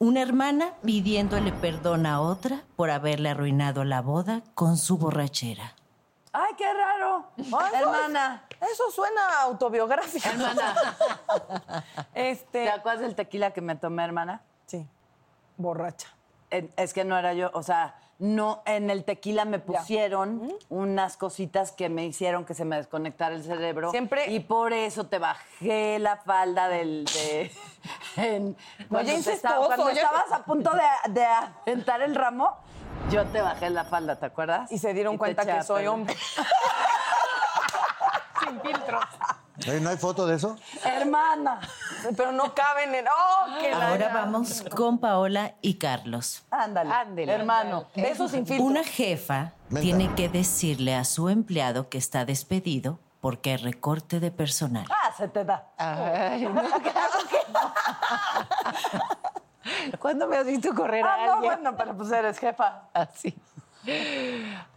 [SPEAKER 13] una hermana pidiéndole perdón a otra por haberle arruinado la boda con su borrachera.
[SPEAKER 3] Ay, qué raro. Hermana. Eso suena autobiográfico.
[SPEAKER 6] Hermana.
[SPEAKER 3] (laughs) este...
[SPEAKER 6] ¿Te acuerdas del tequila que me tomé, hermana?
[SPEAKER 3] Sí. Borracha.
[SPEAKER 6] es que no era yo, o sea, no, en el tequila me pusieron unas cositas que me hicieron que se me desconectara el cerebro.
[SPEAKER 3] Siempre-
[SPEAKER 6] Y por eso te bajé la falda del. De, (laughs) en- cuando,
[SPEAKER 3] ya
[SPEAKER 6] te
[SPEAKER 3] incestuoso,
[SPEAKER 6] estaba- cuando
[SPEAKER 3] ya-
[SPEAKER 6] estabas a punto de, de aventar el ramo, yo te bajé la falda, ¿te acuerdas? Y se
[SPEAKER 3] dieron cuenta que soy hombre.
[SPEAKER 6] Sin filtros.
[SPEAKER 7] Oye, ¿No hay foto de eso?
[SPEAKER 6] (laughs) Hermana.
[SPEAKER 3] Pero no caben en. ¡Oh, qué
[SPEAKER 13] Ahora
[SPEAKER 3] larga!
[SPEAKER 13] vamos con Paola y Carlos.
[SPEAKER 6] Ándale. Hermano.
[SPEAKER 3] Besos sin filtro.
[SPEAKER 13] Una jefa tiene que decirle a su empleado que está despedido porque hay recorte de personal.
[SPEAKER 6] Ah, se te da. (laughs)
[SPEAKER 5] Ay, no, claro que no. ¿Cuándo me has visto correr a
[SPEAKER 6] Ah, no,
[SPEAKER 5] alguien?
[SPEAKER 6] bueno, pero pues eres jefa.
[SPEAKER 5] Así.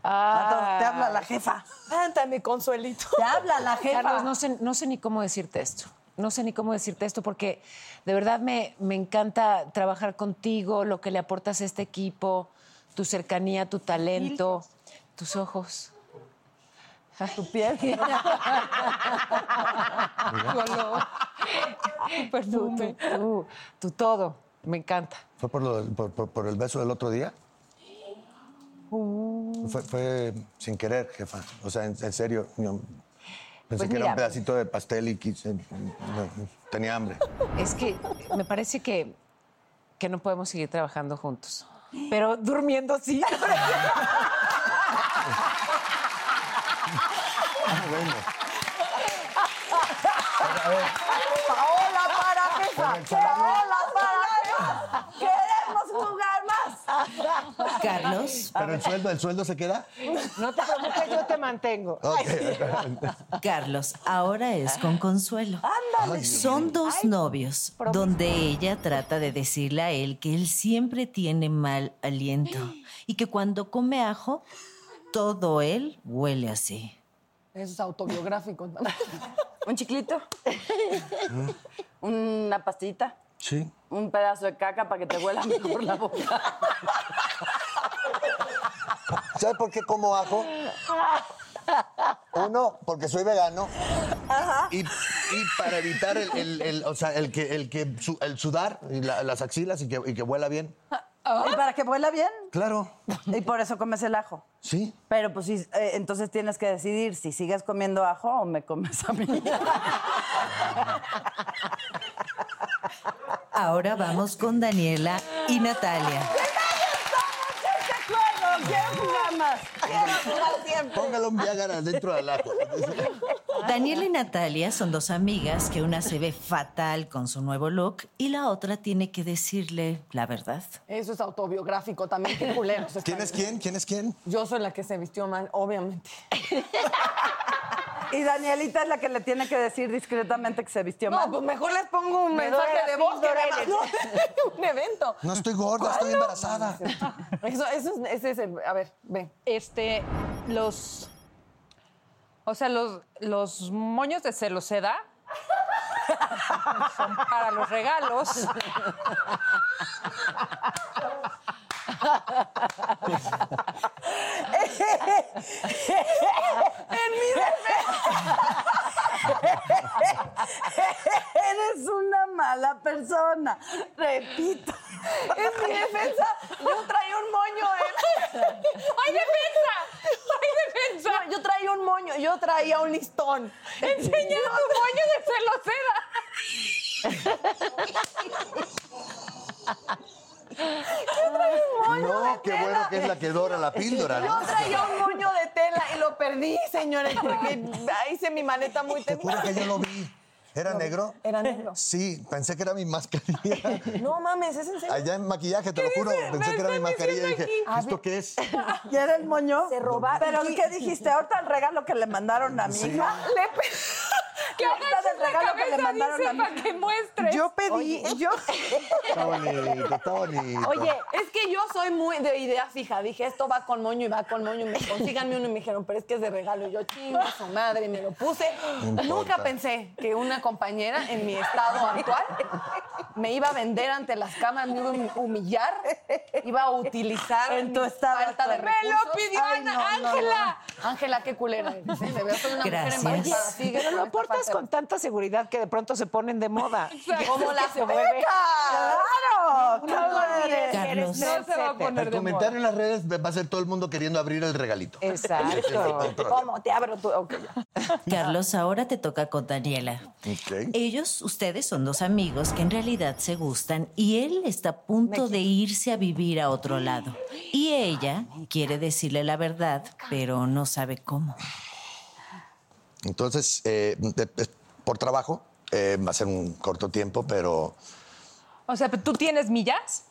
[SPEAKER 6] Ah, te habla la
[SPEAKER 5] jefa.
[SPEAKER 3] Cántame, Consuelito.
[SPEAKER 6] Te habla la jefa.
[SPEAKER 5] (laughs) Carlos, no sé, no sé ni cómo decirte esto. No sé ni cómo decirte esto porque de verdad me, me encanta trabajar contigo, lo que le aportas a este equipo, tu cercanía, tu talento, tus ojos.
[SPEAKER 6] Tu piel.
[SPEAKER 5] (laughs) tu olor, tu perfume, tu, tu- tu todo. Me encanta.
[SPEAKER 7] ¿Fue por, lo- por- por- por el beso del otro día?
[SPEAKER 6] Uh.
[SPEAKER 7] Fue, fue sin querer, jefa. O sea, en, en serio. yo pensé
[SPEAKER 5] Pues
[SPEAKER 7] que era
[SPEAKER 5] mira.
[SPEAKER 7] un pedacito de pastel y quise- no, tenía hambre.
[SPEAKER 5] Es que me parece que, que no podemos seguir trabajando juntos. Pero durmiendo sí.
[SPEAKER 7] Ah, bueno.
[SPEAKER 4] (laughs)
[SPEAKER 6] Paola para jefa. Paola Ah, para jefa. Queremos jugar más.
[SPEAKER 13] Carlos.
[SPEAKER 7] Pero el sueldo, ¿el sueldo se queda?
[SPEAKER 5] (laughs) No te preocupes, yo te mantengo.
[SPEAKER 13] Pues, Carlos, ahora es con Consuelo.
[SPEAKER 6] Ándale.
[SPEAKER 13] Son dos novios donde ella trata de decirle a él que él siempre tiene mal aliento y que cuando come ajo, todo él huele así.
[SPEAKER 3] Eso es autobiográfico.
[SPEAKER 6] (laughs) Un chiclito. Una pastillita.
[SPEAKER 7] Sí.
[SPEAKER 6] Un pedazo de caca para que te huela mejor la
[SPEAKER 5] (laughs)
[SPEAKER 6] boca.
[SPEAKER 7] ¿Sabes por qué como ajo?
[SPEAKER 5] ¿Ah?
[SPEAKER 7] Uno, porque soy vegano. Y, y para evitar el, el- el- o sea, el que, el que su- el sudar y la- las axilas y que, y que huela bien.
[SPEAKER 6] ¿Y para que vuela bien?
[SPEAKER 7] Claro.
[SPEAKER 6] (laughs) Y por eso comes el ajo.
[SPEAKER 7] Sí.
[SPEAKER 6] Pero pues sí, eh, entonces tienes que decidir si sigues comiendo ajo o me comes
[SPEAKER 7] (laughs)
[SPEAKER 6] a mí.
[SPEAKER 13] Ahora vamos con Daniela y Natalia.
[SPEAKER 6] ¡Quiero jugar más! ¡Quiero jugar siempre!
[SPEAKER 7] Póngalo un Viagra dentro del ajo.
[SPEAKER 13] Daniela y Natalia son dos amigas que una se ve fatal con su nuevo look y la otra tiene que decirle la verdad.
[SPEAKER 3] Eso es autobiográfico también, qué culero.
[SPEAKER 7] ¿Quién es quién? ¿Quién es quién?
[SPEAKER 3] Yo soy la que se vistió mal, obviamente.
[SPEAKER 6] Y Danielita es la que le tiene que decir discretamente que se vistió mal.
[SPEAKER 3] No, pues mejor les pongo un
[SPEAKER 6] Me
[SPEAKER 3] mensaje
[SPEAKER 6] duele
[SPEAKER 3] de
[SPEAKER 6] así,
[SPEAKER 3] voz que
[SPEAKER 6] duele.
[SPEAKER 3] me mandó de (laughs) un evento.
[SPEAKER 7] No estoy gorda, estoy embarazada.
[SPEAKER 3] Eso, eso es, ese es el- a ver, ve.
[SPEAKER 4] Este, los. O sea, los, los moños de celoseda (laughs) son para los regalos.
[SPEAKER 6] ¡En mi defensa! ¡Eres una la persona. Repito.
[SPEAKER 3] Es mi defensa. Yo traía un moño. ¿eh? ¡Ay, defensa! ¡Ay, defensa! No, yo traía un moño. Yo traía un listón. Enseña tu
[SPEAKER 6] (laughs)
[SPEAKER 3] moño de celosera.
[SPEAKER 6] (laughs)
[SPEAKER 3] (laughs) Yo traía un moño de
[SPEAKER 7] No, qué
[SPEAKER 3] tela.
[SPEAKER 7] bueno que es la que dora la píldora, ¿no?
[SPEAKER 3] Yo traía un moño de tela y lo perdí, señores, porque hice mi maleta muy
[SPEAKER 7] ¿Te acuerdas
[SPEAKER 3] temprano.
[SPEAKER 7] que yo lo vi? ¿Era negro?
[SPEAKER 3] Era negro.
[SPEAKER 7] Sí, pensé que era mi mascarilla.
[SPEAKER 3] No mames, es en serio.
[SPEAKER 7] Allá en maquillaje, te lo juro, pensé que era mi mascarilla y dije, ¿esto qué es?
[SPEAKER 6] ¿Y era el moño? Se
[SPEAKER 7] robaron.
[SPEAKER 6] ¿Pero qué dijiste? Ahorita el regalo que le mandaron a mi
[SPEAKER 7] Sí.
[SPEAKER 6] hija. (laughs)
[SPEAKER 3] Que
[SPEAKER 6] Ahorita del regalo que le mandaron a mi hija.
[SPEAKER 3] que muestre.
[SPEAKER 6] Yo pedí-
[SPEAKER 3] yo...
[SPEAKER 7] Está bonito, está bonito.
[SPEAKER 3] Oye, es que yo soy muy de idea fija. Dije, esto va con moño y va con moño. y Me consíganme uno y me dijeron, pero es que es de regalo. Y yo, chinga su madre, y me lo puse.
[SPEAKER 7] No importa.
[SPEAKER 3] Nunca pensé que una compañera en mi estado actual me iba a vender ante las cámaras, me iba a hum- humillar, iba a utilizar
[SPEAKER 6] En
[SPEAKER 3] mi
[SPEAKER 6] tu estado
[SPEAKER 3] falta de
[SPEAKER 6] actual. Me lo
[SPEAKER 3] recursos.
[SPEAKER 6] pidió
[SPEAKER 3] Ay,
[SPEAKER 6] Ana,
[SPEAKER 3] no, no,
[SPEAKER 6] Ángela.
[SPEAKER 3] no. Ángela, qué culera. eres, ¿eh? De verdad, soy una
[SPEAKER 16] Gracias.
[SPEAKER 3] mujer embarazada.
[SPEAKER 16] Oye,
[SPEAKER 3] Sigue
[SPEAKER 16] pero
[SPEAKER 3] con
[SPEAKER 16] lo
[SPEAKER 3] esta
[SPEAKER 16] portas
[SPEAKER 3] falta de-
[SPEAKER 16] con tanta seguridad que de pronto se ponen de moda.
[SPEAKER 3] Como las
[SPEAKER 16] Se
[SPEAKER 3] becas.
[SPEAKER 16] vuelve-
[SPEAKER 6] ¡Claro!
[SPEAKER 16] No lo olvides,
[SPEAKER 7] Carlos.
[SPEAKER 16] eres
[SPEAKER 7] No se
[SPEAKER 16] va a
[SPEAKER 7] El comentario en las redes va a ser todo el mundo queriendo abrir el regalito. Y (laughs) ese es el
[SPEAKER 16] Exacto.
[SPEAKER 7] problema.
[SPEAKER 16] ¿Cómo? Te abro tu. Ok, ya.
[SPEAKER 13] Carlos, ahora te toca con Daniela. Ellos, ustedes son dos amigos que en realidad se gustan y él está a punto de irse a vivir a otro lado. Y ella quiere decirle la verdad, pero no sabe cómo.
[SPEAKER 7] Entonces, eh, de- de- por trabajo, eh, va a ser un corto tiempo, pero
[SPEAKER 4] O sea, ¿tú tienes millas?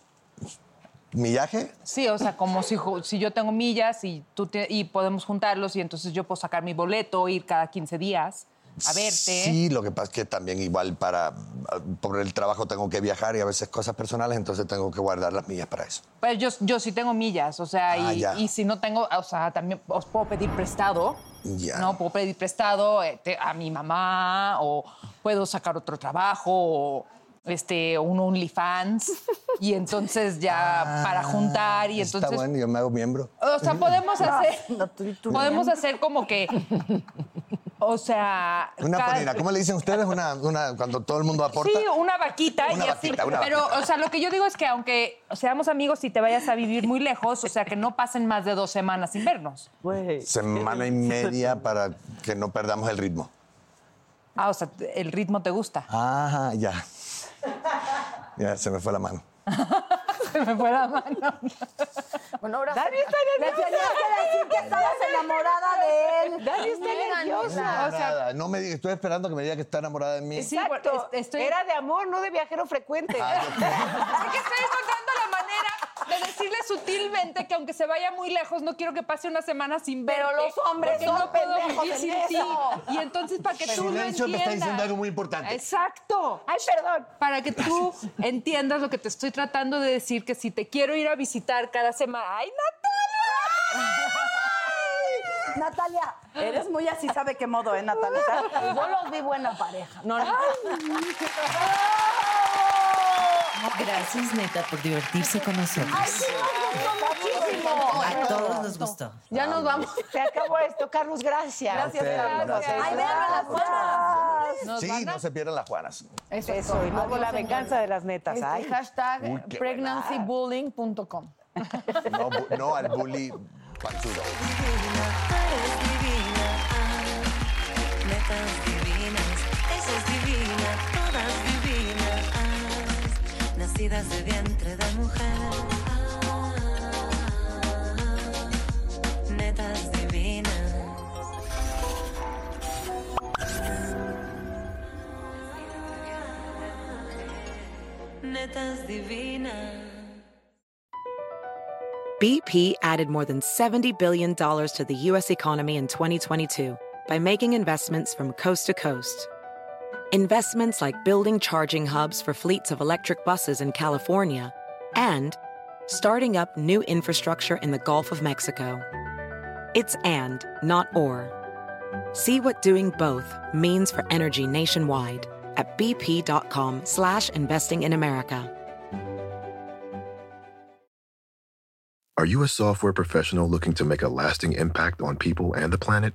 [SPEAKER 7] millaje,
[SPEAKER 4] Sí, o sea, como si, ju- si yo tengo millas y, tú te- y podemos juntarlos y entonces yo puedo sacar mi boleto, ir cada 15 días a verte.
[SPEAKER 7] Sí, lo que pasa es que también igual para por el trabajo tengo que viajar y a veces cosas personales, entonces tengo que guardar las millas para eso.
[SPEAKER 4] Pues yo, yo sí tengo millas, o sea,
[SPEAKER 7] Ah,
[SPEAKER 4] y,
[SPEAKER 7] ya.
[SPEAKER 4] y si no tengo, o sea, también os puedo pedir prestado.
[SPEAKER 7] Ya.
[SPEAKER 4] No, puedo pedir prestado eh, te- a mi mamá o puedo sacar otro trabajo o este, un
[SPEAKER 7] (laughs)
[SPEAKER 4] OnlyFans y entonces ya para juntar y
[SPEAKER 7] Ah, Está
[SPEAKER 4] entonces...
[SPEAKER 7] bueno, yo me hago miembro.
[SPEAKER 4] O sea, podemos hacer... podemos hacer como que... O sea...
[SPEAKER 7] Una
[SPEAKER 4] cada-
[SPEAKER 7] ponina, ¿cómo le dicen ustedes? Una, una- cuando todo el mundo aporta.
[SPEAKER 4] Sí, una vaquita
[SPEAKER 7] Una
[SPEAKER 4] y así.
[SPEAKER 7] vaquita, una
[SPEAKER 4] pero,
[SPEAKER 7] vaquita.
[SPEAKER 4] o sea, lo que yo digo es que aunque seamos amigos y te vayas a vivir muy lejos, o sea, que no pasen más de dos semanas sin vernos.
[SPEAKER 7] Semana y media para que no perdamos el ritmo.
[SPEAKER 4] Ah, o sea, el ritmo te gusta.
[SPEAKER 7] Ajá, Ah, ya. Ya se me fue la mano.
[SPEAKER 4] (laughs) Se me fue la mano.
[SPEAKER 3] Bueno, ahora...
[SPEAKER 6] Dani está nerviosa. Le tenías que decir que estabas enamorada de él.
[SPEAKER 4] Dani está
[SPEAKER 6] Mira,
[SPEAKER 7] No,
[SPEAKER 4] nerviosa.
[SPEAKER 7] nada,
[SPEAKER 4] o sea-
[SPEAKER 7] nada. no me digas, estoy esperando que me diga que está enamorada de mí.
[SPEAKER 4] Sí, bueno, es- estoy...
[SPEAKER 16] Era de amor, no de viajero frecuente.
[SPEAKER 7] Ah,
[SPEAKER 4] Porque estoy encontrando la manera de decirle sutilmente que aunque se vaya muy lejos, no quiero que pase una semana sin verte.
[SPEAKER 3] Pero los hombres
[SPEAKER 4] porque
[SPEAKER 3] son
[SPEAKER 4] no puedo
[SPEAKER 3] pendejos
[SPEAKER 4] vivir
[SPEAKER 3] en
[SPEAKER 4] sin
[SPEAKER 3] eso.
[SPEAKER 4] ti. Y entonces, para que tú lo
[SPEAKER 7] Silencio me está diciendo
[SPEAKER 4] entiendas.
[SPEAKER 7] algo muy importante.
[SPEAKER 4] Exacto. Ay, perdón. Para que
[SPEAKER 7] (laughs)
[SPEAKER 4] tú entiendas lo que te estoy tratando de decir, que si te quiero ir a visitar cada semana. ¡Ay,
[SPEAKER 6] Natalia, eres muy así, sabe qué modo, ¿eh, Natalia?
[SPEAKER 3] Yo los vi buena pareja. No, no.
[SPEAKER 13] Gracias, neta, por divertirse con nosotros. A todos nos gustó.
[SPEAKER 3] Ya nos vamos.
[SPEAKER 16] Se acabó esto, Carlos, gracias.
[SPEAKER 3] Gracias,
[SPEAKER 7] Ustedes,
[SPEAKER 3] Carlos.
[SPEAKER 7] gracias.
[SPEAKER 3] Ay, véanme las buenas.
[SPEAKER 7] sí, no se pierdan las Juanas.
[SPEAKER 3] Eso, es
[SPEAKER 16] Eso,
[SPEAKER 3] todo.
[SPEAKER 16] y luego
[SPEAKER 3] Adiós,
[SPEAKER 16] la
[SPEAKER 3] señores.
[SPEAKER 16] venganza de las netas.
[SPEAKER 3] Este,
[SPEAKER 16] Ay,
[SPEAKER 3] hashtag
[SPEAKER 7] Uy, qué
[SPEAKER 3] pregnancy-bullying.com.
[SPEAKER 7] No, bu- no al bully panzudo.
[SPEAKER 1] divina, tú eres divina. Ah, netas divinas, esa es divina, todas divinas. Ah, nacidas de vientre de mujer. Ah, netas divinas. Netas divinas.
[SPEAKER 8] BP added more than $70 billion to the U.S. economy in 2022 by making investments from coast to coast. Investments like building charging hubs for fleets of electric buses in California and starting up new infrastructure in the Gulf of Mexico. It's and, not or. See what doing both means for energy nationwide at bp.com slash investing in America.
[SPEAKER 9] Are you a software professional looking to make a lasting impact on people and the planet?